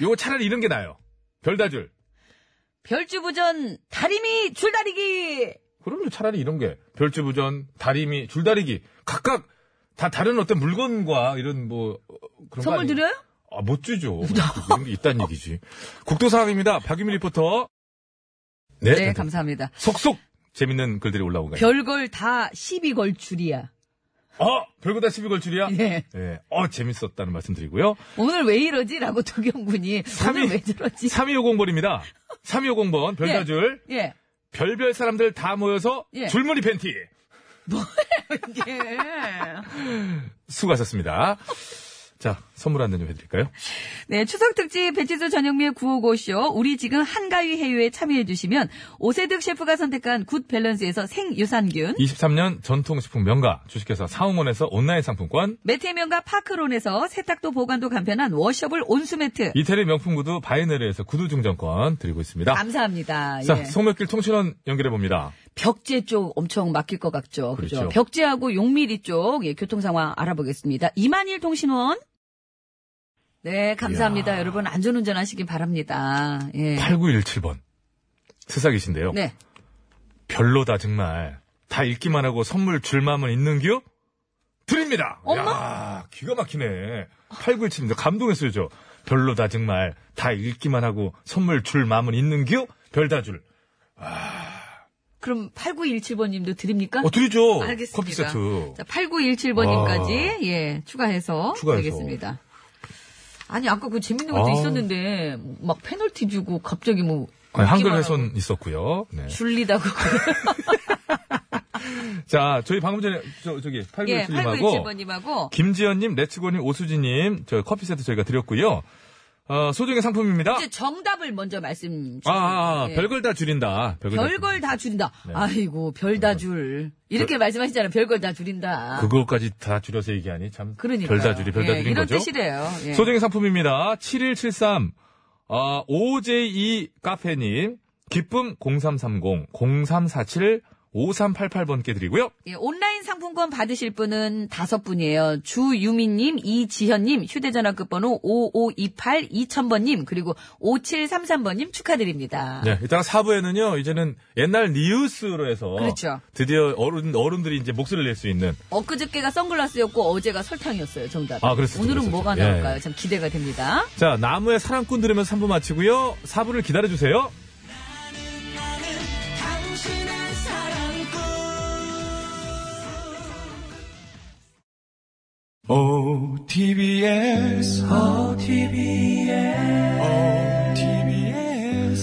Speaker 3: 요거 차라리 이런 게 나아요. 별다 줄.
Speaker 5: 별주부전 다리미 줄다리기.
Speaker 3: 그러면 차라리 이런 게 별주부전, 다리미, 줄다리기 각각 다 다른 어떤 물건과 이런 뭐 어, 그런 거
Speaker 5: 선물
Speaker 3: 아니에요?
Speaker 5: 드려요?
Speaker 3: 아, 못 주죠. 이런 게 있다는 얘기지. 국도 상황입니다. 박유미 리포터. 네,
Speaker 5: 네,
Speaker 3: 네,
Speaker 5: 감사합니다.
Speaker 3: 속속 재밌는 글들이 올라온 거예요.
Speaker 5: 별걸 다 12걸 줄이야.
Speaker 3: 어, 별거 다 12걸 줄이야?
Speaker 5: 네.
Speaker 3: 어, 재밌었다는 말씀 드리고요.
Speaker 5: 오늘 왜 이러지? 라고 도경군이. 오늘 왜 저러지?
Speaker 3: 3250번입니다. 3250번 별다줄.
Speaker 5: 예.
Speaker 3: 별별 사람들 다 모여서
Speaker 5: 예.
Speaker 3: 줄무늬 팬티.
Speaker 5: 예.
Speaker 3: 수고하셨습니다. 자, 선물 안내 좀 해드릴까요?
Speaker 5: 네, 추석특집 배치수 전영미의 955쇼. 우리 지금 한가위 해유에 참여해주시면 오세득 셰프가 선택한 굿 밸런스에서 생유산균.
Speaker 3: 23년 전통식품 명가 주식회사 사홍원에서 온라인 상품권
Speaker 5: 매태면과 파크론에서 세탁도 보관도 간편한 워셔블 온수매트.
Speaker 3: 이태리 명품 구두 바이네르에서 구두 중정권 드리고 있습니다.
Speaker 5: 감사합니다.
Speaker 3: 자,
Speaker 5: 아, 예.
Speaker 3: 송몇길 통신원 연결해 봅니다.
Speaker 5: 벽제 쪽 엄청 맡길 것 같죠. 그죠?
Speaker 3: 그렇죠.
Speaker 5: 벽제하고 용미리 쪽 예, 교통 상황 알아보겠습니다. 이만일 통신원. 네, 감사합니다. 여러분 안전운전 하시기 바랍니다. 예.
Speaker 3: 8917번. 새싹이신데요.
Speaker 5: 네.
Speaker 3: 별로다 정말. 다 읽기만 하고 선물 줄만은 있는겨? 드립니다.
Speaker 5: 엄마?
Speaker 3: 야, 기가 막히네. 8917입니다. 감동했어요, 저. 별로다 정말. 다 읽기만 하고 선물 줄만은 있는겨? 별다 줄.
Speaker 5: 그럼 8917번 님도 드립니까?
Speaker 3: 어, 드리죠.
Speaker 5: 알겠습니다.
Speaker 3: 커피 세트.
Speaker 5: 자, 8917번 님까지 예, 추가해서
Speaker 3: 추가해서.
Speaker 5: 드리겠습니다. 아니, 아까 그 재밌는 것도
Speaker 3: 아.
Speaker 5: 있었는데 막 페널티 주고 갑자기 뭐
Speaker 3: 아니, 네, 한글
Speaker 5: 웃기만
Speaker 3: 훼손 있었고요. 네.
Speaker 5: 하고 줄리다고
Speaker 3: 자, 저희 방금 전에 저, 저기
Speaker 5: 예,
Speaker 3: 8917님하고
Speaker 5: 8917번 님하고
Speaker 3: 김지연님, 레츠고님, 오수지님, 저 커피 세트 저희가 드렸고요. 어, 소중의 상품입니다.
Speaker 5: 이제 정답을 먼저 말씀.
Speaker 3: 아, 아, 아,
Speaker 5: 예.
Speaker 3: 별걸 다 줄인다. 별걸, 다
Speaker 5: 별걸 다 줄인다.
Speaker 3: 네.
Speaker 5: 아이고 별 다 줄. 이렇게 말씀하시잖아요. 별걸 다 줄인다.
Speaker 3: 줄인다. 그거까지 다 줄여서 얘기하니 참.
Speaker 5: 그러니까요.
Speaker 3: 별다 줄이 별다
Speaker 5: 예,
Speaker 3: 줄인
Speaker 5: 이런
Speaker 3: 거죠.
Speaker 5: 뜻이래요. 예.
Speaker 3: 소중의 상품입니다. 어, 7173, 아, OJE 카페님, 기쁨 0330, 0347, 5388번께 드리고요.
Speaker 5: 예, 온라인 상품권 받으실 분은 다섯 분이에요. 주유미님, 이지현님, 휴대전화 끝번호 5528 2000번님, 그리고 5733번님 축하드립니다.
Speaker 3: 네, 일단 4부에는요, 이제는 옛날 뉴스로 해서.
Speaker 5: 그렇죠.
Speaker 3: 드디어 어른, 어른들이 이제 목소리를 낼 수 있는.
Speaker 5: 엊그저께가 선글라스였고 어제가 설탕이었어요, 정답.
Speaker 3: 아, 그랬었죠,
Speaker 5: 오늘은
Speaker 3: 그랬었죠.
Speaker 5: 뭐가
Speaker 3: 예.
Speaker 5: 나올까요? 참 기대가 됩니다.
Speaker 3: 자, 나무의 사랑꾼 들으면서 3부 마치고요. 4부를 기다려주세요.
Speaker 8: 당신의 사랑꾼
Speaker 12: O TBS O TBS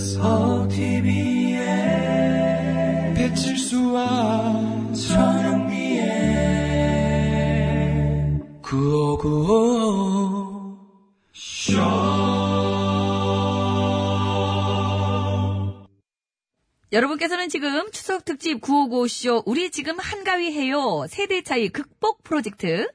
Speaker 12: O TBS O TBS 배칠수와 전영미의 구호구호
Speaker 5: 여러분께서는 지금 추석 특집 9595쇼 우리 지금 한가위 해요 세대 차이 극복 프로젝트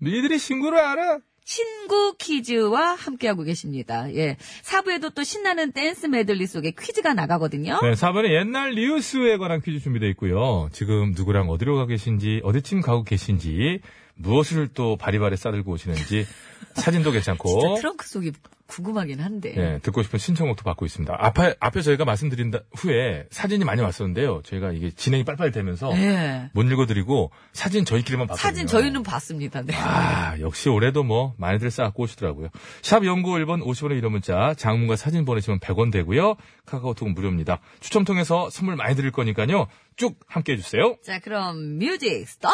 Speaker 3: 니들이 신구를 알아?
Speaker 5: 신구 퀴즈와 함께하고 계십니다. 예. 4부에도 또 신나는 댄스 메들리 속에 퀴즈가 나가거든요.
Speaker 3: 네, 4번은 옛날 뉴스에 관한 퀴즈 준비되어 있고요. 지금 누구랑 어디로 가 계신지, 어디쯤 가고 계신지, 무엇을 또 바리바리 싸들고 오시는지, 사진도
Speaker 5: 진짜
Speaker 3: 괜찮고,
Speaker 5: 트렁크 속이 궁금하긴 한데.
Speaker 3: 예, 듣고 싶은 신청곡도 받고 있습니다. 앞에, 앞에 저희가 말씀드린 다- 후에 사진이 많이 왔었는데요. 저희가 이게 진행이 빨빨 되면서
Speaker 5: 예.
Speaker 3: 못 읽어드리고 사진 저희끼리만 봤거든요.
Speaker 5: 사진 저희는 봤습니다. 네.
Speaker 3: 아, 역시 올해도 뭐 많이들 쌓고 오시더라고요. 샵 0951번 50원의 이름 문자, 장문과 사진 보내시면 100원 되고요. 카카오톡 무료입니다. 추첨 통해서 선물 많이 드릴 거니까요. 쭉 함께 해주세요.
Speaker 5: 자, 그럼 뮤직 스타트!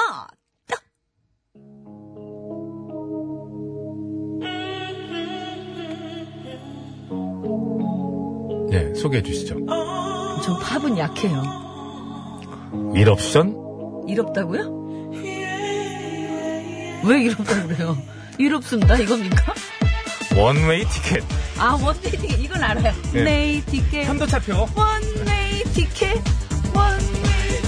Speaker 3: 네, 소개해 주시죠.
Speaker 5: 어? 저 팝은 약해요.
Speaker 3: 일옵션?
Speaker 5: 이롭다고요? 왜 이롭다고 그래요? 이롭습니다. 이겁니까?
Speaker 3: 원웨이 티켓.
Speaker 5: 아, 원데이 티켓. 이건 알아요.
Speaker 3: 네.
Speaker 5: 네이 티켓.
Speaker 3: 현도차표.
Speaker 5: 원웨이 티켓. 원웨이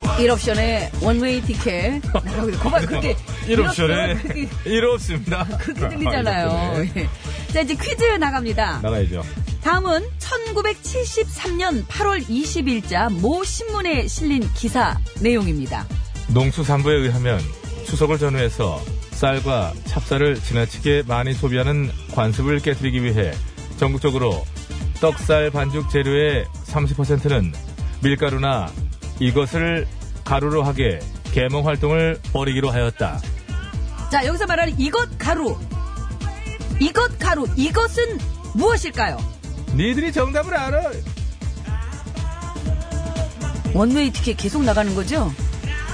Speaker 5: 티켓. 일 옵션에 원웨이 티켓 나가고 있- 그만 그렇게
Speaker 3: 일옵션에 아,
Speaker 5: 그렇게
Speaker 3: 일옵습니다. 그렇게
Speaker 5: 들리잖아요. 예. 자 이제 퀴즈 나갑니다.
Speaker 3: 나가야죠.
Speaker 5: 다음은 1973년 8월 20일자 모 신문에 실린 기사 내용입니다.
Speaker 3: 농수산부에 의하면 추석을 전후해서 쌀과 찹쌀을 지나치게 많이 소비하는 관습을 깨뜨리기 위해 전국적으로 떡쌀 반죽 재료의 30%는 밀가루나 이것을 가루로 하게 계몽 활동을 벌이기로 하였다.
Speaker 5: 자 여기서 말하는 이것 가루, 이것 가루 이것은 무엇일까요?
Speaker 3: 니들이 정답을 알아.
Speaker 5: 원웨이 티켓 계속 나가는 거죠?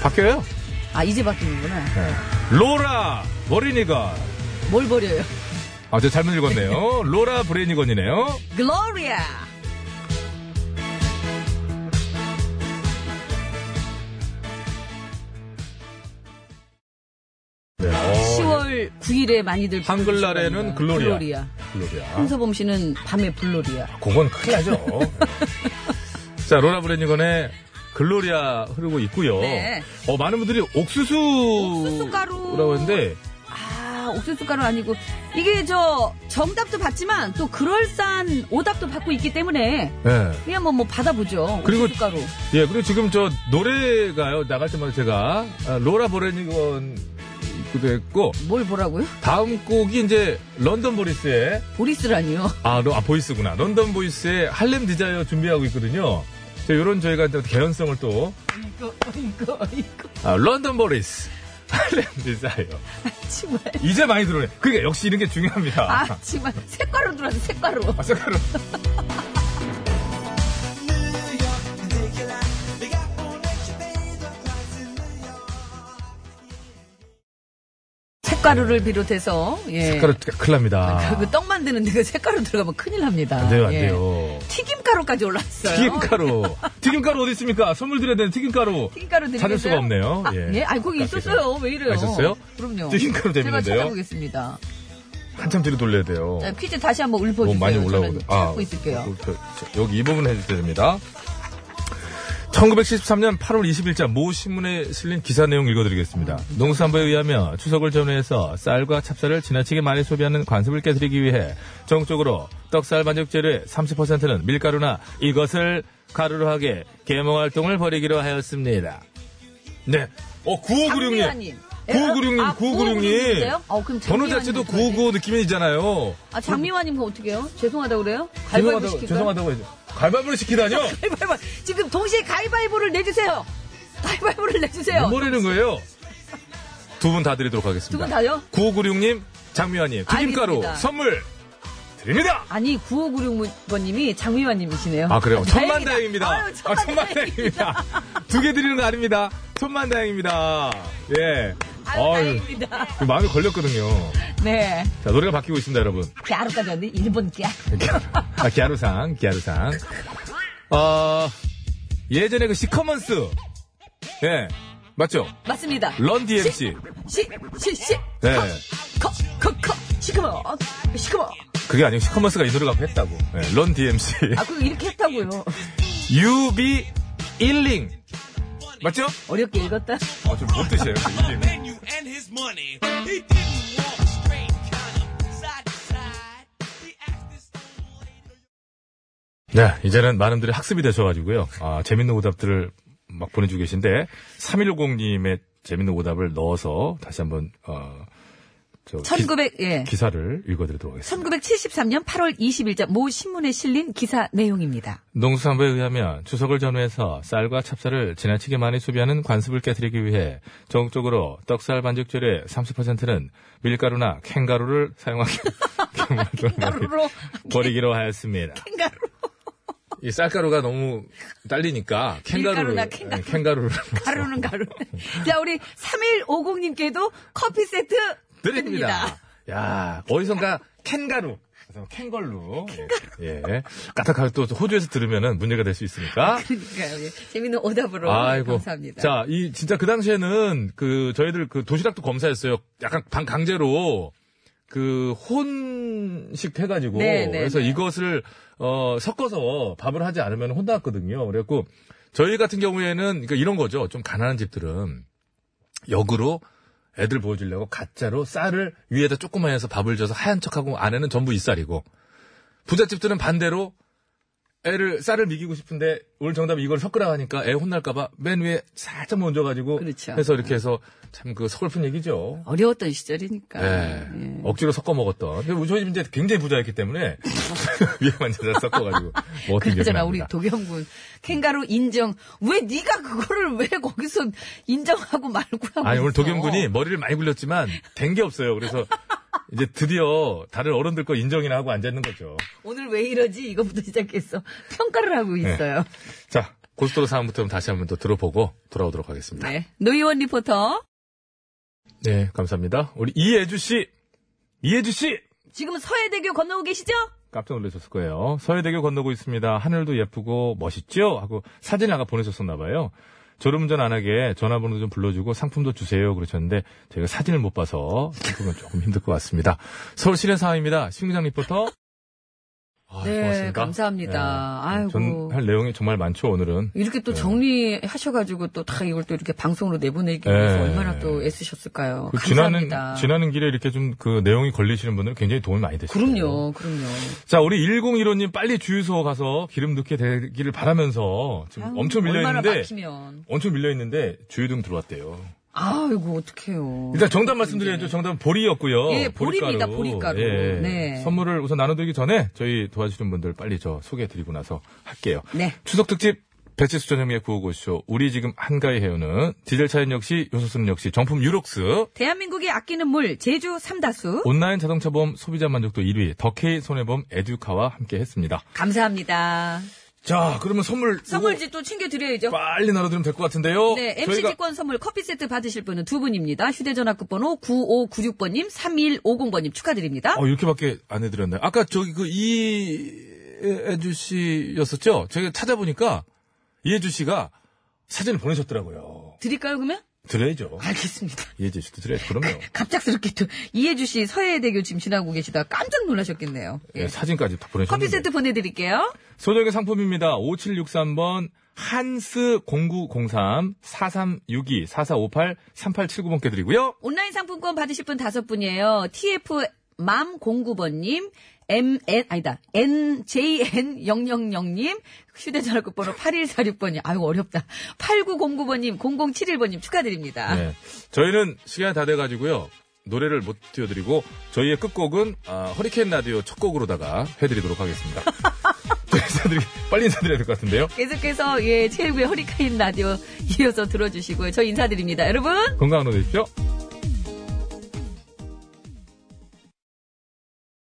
Speaker 3: 바뀌어요?
Speaker 5: 아 이제 바뀌는구나.
Speaker 3: 네. 로라 버리니건.
Speaker 5: 뭘 버려요?
Speaker 3: 아, 저 잘못 읽었네요. 로라 브레니건이네요.
Speaker 5: 글로리아.
Speaker 3: 네. 어,
Speaker 5: 10월 9일에 많이들 부르시는
Speaker 3: 한글날에는 글로리아.
Speaker 5: 글로리아.
Speaker 3: 어, 글로리아.
Speaker 5: 홍서범 씨는 밤에 블로리아.
Speaker 3: 그건 큰일 나죠. 자, 로라 브레니건의 글로리아 흐르고 있고요.
Speaker 5: 네.
Speaker 3: 어, 많은 분들이 옥수수
Speaker 5: 옥수수가루.
Speaker 3: 라고 했는데
Speaker 5: 아, 옥수수 가루 아니고 이게 저 정답도 받지만 또 그럴싸한 오답도 받고 있기 때문에
Speaker 3: 예.
Speaker 5: 그냥 한번 뭐 받아보죠.
Speaker 3: 그리고-
Speaker 5: 옥수수 가루.
Speaker 3: 예, 그리고 지금 저 노래가요. 나갈 때마다 제가 아, 로라 브레니건 기도 했고
Speaker 5: 뭘 보라고요?
Speaker 3: 다음 곡이 이제 런던 보리스의
Speaker 5: 보리스라니요.
Speaker 3: 아, 로- 아, 보이스구나. 런던 보이스의 할렘 디자이어 준비하고 있거든요. 자, 요런 저희가 또 개연성을 또
Speaker 5: 이거 이거 이거
Speaker 3: 아, 런던 보리스 할렘 디자이어.
Speaker 5: 정말.
Speaker 3: 이제 많이 들어오네. 그러니까 역시 이런 게 중요합니다.
Speaker 5: 아, 정말 색깔로 들어서 색깔로.
Speaker 3: 아, 색깔로.
Speaker 5: 색가루를 비롯해서 예.
Speaker 3: 색깔은 큰일 납니다.
Speaker 5: 그 떡 만드는 데가 색가루 들어가면 큰일 납니다.
Speaker 3: 아. 안 돼요, 안
Speaker 5: 예.
Speaker 3: 돼요.
Speaker 5: 튀김가루까지 올랐어요.
Speaker 3: 튀김가루. 튀김가루 어디 있습니까? 선물 드려야 되는 튀김가루.
Speaker 5: 튀김가루 드리겠어요?
Speaker 3: 찾을 수가 없네요.
Speaker 5: 아,
Speaker 3: 예.
Speaker 5: 네, 아, 거기 있었어요. 왜 이래요?
Speaker 3: 아, 있었어요?
Speaker 5: 그럼요.
Speaker 3: 튀김가루
Speaker 5: 제가
Speaker 3: 재밌는데요?
Speaker 5: 찾아보겠습니다.
Speaker 3: 한참 뒤로 돌려야 돼요.
Speaker 5: 자, 퀴즈 다시
Speaker 3: 뭐
Speaker 5: 한번 읊어주세요.
Speaker 3: 아. 너무 많이 올라오거든.
Speaker 5: 저는 찾고 있을게요.
Speaker 3: 그, 그, 저, 여기 이 부분 해주셔야 됩니다. 1973년 8월 20일자 모 신문에 실린 기사 내용 읽어드리겠습니다. 농수산부에 의하면 추석을 전후해서 쌀과 찹쌀을 지나치게 많이 소비하는 관습을 깨뜨리기 위해 전국적으로 떡쌀 반죽 재료의 30%는 밀가루나 이것을 가루로 하게 계몽 활동을 벌이기로 하였습니다. 네. 어, 9596님.
Speaker 5: 장미화님. 에?
Speaker 3: 9596님,
Speaker 5: 아, 9596
Speaker 3: 9596님.
Speaker 5: 이세요? 어, 그럼
Speaker 3: 번호
Speaker 5: 장미화님
Speaker 3: 자체도
Speaker 5: 전화해.
Speaker 3: 959 느낌이잖아요.
Speaker 5: 아, 장미화님 그거 어떻게 해요? 죄송하다고 그래요? 가위바위보
Speaker 3: 죄송하다고-
Speaker 5: 시킬까요?
Speaker 3: 죄송하다고 해야죠. 갈바보를 시키다뇨?
Speaker 5: 가위바위보. 지금 동시에 가위바위보를 내주세요. 가위바위보를 내주세요.
Speaker 3: 못 버리는 거예요. 두 분 다 드리도록 하겠습니다.
Speaker 5: 두분 다요?
Speaker 3: 9596님, 장미화님, 튀김가루
Speaker 5: 알겠습니다.
Speaker 3: 선물 드립니다!
Speaker 5: 아니, 9596번님이 장미화님이시네요.
Speaker 3: 아, 그래요? 천만
Speaker 5: 다행이다.
Speaker 3: 다행입니다.
Speaker 5: 아유, 천만
Speaker 3: 아, 천만 다행입니다. 두 개 드리는 거 아닙니다. 천만 다행입니다. 예. 아유,
Speaker 5: 다행입니다.
Speaker 3: 이거 마음에 걸렸거든요.
Speaker 5: 네.
Speaker 3: 자, 노래가 바뀌고 있습니다, 여러분.
Speaker 5: 갸루까지 왔는데, 일본 갸루.
Speaker 3: 아, 기아루상, 기아루상. 어, 예전에 그 시커먼스. 예. 맞죠?
Speaker 5: 맞습니다.
Speaker 3: 런 DMC.
Speaker 5: 시, 시, 시.
Speaker 3: 네.
Speaker 5: 커, 커, 커. 시커머. 어, 시커머.
Speaker 3: 그게 아니고 시커먼스가 이 노래가 했다고. 예, 런 DMC.
Speaker 5: 아, 그거 이렇게 했다고요.
Speaker 3: 유비 일링 맞죠?
Speaker 5: 어렵게 읽었다.
Speaker 3: 아, 좀못 드셔요.
Speaker 8: menu and his money. He didn't walk straight, kind of side to side. He asked his
Speaker 3: 네, 이제는 많은 분들이 학습이 되셔가지고요. 아, 재밌는 오답들을 막 보내주고 계신데 3150님의 재밌는 오답을 넣어서 다시 한번 어, 저
Speaker 5: 1900, 예.
Speaker 3: 기, 사를 읽어드리도록 하겠습니다.
Speaker 5: 1973년 8월 20일자 모 신문에 실린 기사 내용입니다.
Speaker 3: 농수산부에 의하면 추석을 전후해서 쌀과 찹쌀을 지나치게 많이 소비하는 관습을 깨뜨리기 위해 전국적으로 떡쌀 반죽재료의 30%는 밀가루나 캥가루를 사용하기
Speaker 5: 가루로
Speaker 3: 버리기로 하였습니다.
Speaker 5: 캥가루.
Speaker 3: 이 쌀가루가 너무 딸리니까 캥가루를
Speaker 5: 밀가루나 캥가루.
Speaker 3: 예, 캥가루를
Speaker 5: 가루는 가루. 자, 우리 3150님께도 커피 세트
Speaker 3: 드립니다. 야 어디선가 캥가루. 그래서 캥걸루. 예. 예. 까딱하게 또 호주에서 들으면은 문제가 될 수 있으니까.
Speaker 5: 그러니까요. 예. 재밌는 오답으로 감사합니다.
Speaker 3: 자, 이 진짜 그 당시에는 그 저희들 그 도시락도 검사했어요. 약간 방 강제로 그 혼식 해가지고
Speaker 5: 네, 네,
Speaker 3: 그래서
Speaker 5: 네.
Speaker 3: 이것을 어 섞어서 밥을 하지 않으면 혼났거든요. 그래갖고 저희 같은 경우에는 그러니까 이런 거죠. 좀 가난한 집들은 역으로 애들 보여주려고 가짜로 쌀을 위에다 조그만 해서 밥을 줘서 하얀 척하고 안에는 전부 이쌀이고 부잣집들은 반대로 애를 쌀을 미기고 싶은데 오늘 정답 이걸 섞으라 하니까 애 혼날까봐 맨 위에 살짝만 얹어가지고
Speaker 5: 그렇죠.
Speaker 3: 해서 이렇게 해서 참 그 서글픈 얘기죠.
Speaker 5: 어려웠던 시절이니까.
Speaker 3: 예. 억지로 섞어 먹었던. 근데 저희 집 이제 굉장히 부자였기 때문에 위에만 잘 섞어가지고 먹었던 기억이
Speaker 5: 그러잖아 우리
Speaker 3: 납니다.
Speaker 5: 도경군 캥가루 인정 왜 네가 그거를 왜 거기서 인정하고 말고 하고
Speaker 3: 아니 오늘
Speaker 5: 있어?
Speaker 3: 도겸군이 머리를 많이 굴렸지만 된 게 없어요. 그래서 이제 드디어 다른 어른들 거 인정이나 하고 앉아 있는 거죠.
Speaker 5: 오늘 왜 이러지 이거부터 시작했어 평가를 하고
Speaker 3: 네.
Speaker 5: 있어요
Speaker 3: 자 고속도로 상황부터 다시 한번 또 들어보고 돌아오도록 하겠습니다.
Speaker 5: 네. 노희원 리포터
Speaker 3: 네, 감사합니다. 우리 이예주 씨. 이예주 씨!
Speaker 5: 지금 서해대교 건너고 계시죠?
Speaker 3: 깜짝 놀라셨을 거예요. 서해대교 건너고 있습니다. 하늘도 예쁘고 멋있죠? 하고 사진을 아까 보내셨었나 봐요. 졸음운전 안 하게 전화번호 좀 불러주고 상품도 주세요. 그러셨는데 저희가 사진을 못 봐서 상품은 조금 힘들 것 같습니다. 서울 실현 상황입니다. 신구장 리포터. 아,
Speaker 5: 네,
Speaker 3: 고맙습니다.
Speaker 5: 감사합니다.
Speaker 3: 예.
Speaker 5: 아이고.
Speaker 3: 전 할 내용이 정말 많죠, 오늘은.
Speaker 5: 이렇게 또
Speaker 3: 네.
Speaker 5: 정리하셔가지고 또 다 이걸 또 이렇게 방송으로 내보내기 위해서
Speaker 3: 네.
Speaker 5: 얼마나 또 애쓰셨을까요?
Speaker 3: 그 지나는,
Speaker 5: 감사합니다.
Speaker 3: 지나는 길에 이렇게 좀 그 내용이 걸리시는 분들은 굉장히 도움이 많이 되시죠.
Speaker 5: 그럼요, 그럼요.
Speaker 3: 자, 우리 1015님 빨리 주유소 가서 기름 넣게 되기를 바라면서 지금
Speaker 5: 아유,
Speaker 3: 엄청
Speaker 5: 얼마나
Speaker 3: 밀려있는데,
Speaker 5: 막히면.
Speaker 3: 엄청 밀려있는데 주유등 들어왔대요.
Speaker 5: 아이고, 어떡해요.
Speaker 3: 일단 정답 말씀드려야죠. 정답은 보리였고요.
Speaker 5: 아,
Speaker 3: 예.
Speaker 5: 예, 보리입니다, 보리가루. 네.
Speaker 3: 선물을 우선 나눠드리기 전에 저희 도와주시는 분들 빨리 저 소개해드리고 나서 할게요.
Speaker 5: 네.
Speaker 3: 추석특집 배치수 전형의 구호고쇼 우리 지금 한가위 해요는 디젤 차인 역시 요소수는 역시 정품 유록스
Speaker 5: 대한민국이 아끼는 물, 제주 삼다수.
Speaker 3: 온라인 자동차 보험 소비자 만족도 1위 더케이 손해보험 에듀카와 함께 했습니다.
Speaker 5: 감사합니다.
Speaker 3: 자, 그러면 선물
Speaker 5: 선물지 또 챙겨드려야죠.
Speaker 3: 빨리 나눠드리면 될 것 같은데요.
Speaker 5: 네, MC
Speaker 3: 어, 저희가
Speaker 5: 직권 선물 커피 세트 받으실 분은 두 분입니다. 휴대전화 끝번호 9596번님, 3150번님 축하드립니다.
Speaker 3: 어, 이렇게밖에 안 해드렸나요? 아까 저기 그 이애주 씨였었죠? 제가 찾아보니까 이애주 씨가 사진을 보내셨더라고요.
Speaker 5: 드릴까요, 그러면?
Speaker 3: 드려야죠.
Speaker 5: 알겠습니다.
Speaker 3: 이애주 씨도 드려야죠. 그럼요.
Speaker 5: 갑작스럽게 또, 이혜주 씨 서해대교 지금 지나고 계시다가 깜짝 놀라셨겠네요.
Speaker 3: 예, 사진까지 예, 다 보내셨는데.
Speaker 5: 커피 세트 보내드릴게요.
Speaker 3: 소정의 상품입니다. 5763번 한스 0903 4362 4458 3879번께 드리고요.
Speaker 5: 온라인 상품권 받으실 분 다섯 분이에요. TF 맘 09번님, MN, 아니다, NJN000님, 휴대전화 끝번호 8146번님, 아유, 어렵다. 8909번님, 0071번님 축하드립니다.
Speaker 3: 네. 저희는 시간이 다 돼가지고요. 노래를 못 띄워드리고 저희의 끝곡은 아, 허리케인 라디오 첫 곡으로다가 해드리도록 하겠습니다. 저 인사드리- 빨리 인사드려야 될 것 같은데요.
Speaker 5: 계속해서, 예, 체육의 허리케인 라디오 이어서 들어주시고요. 저 인사드립니다. 여러분!
Speaker 3: 건강한 오늘 되십시오.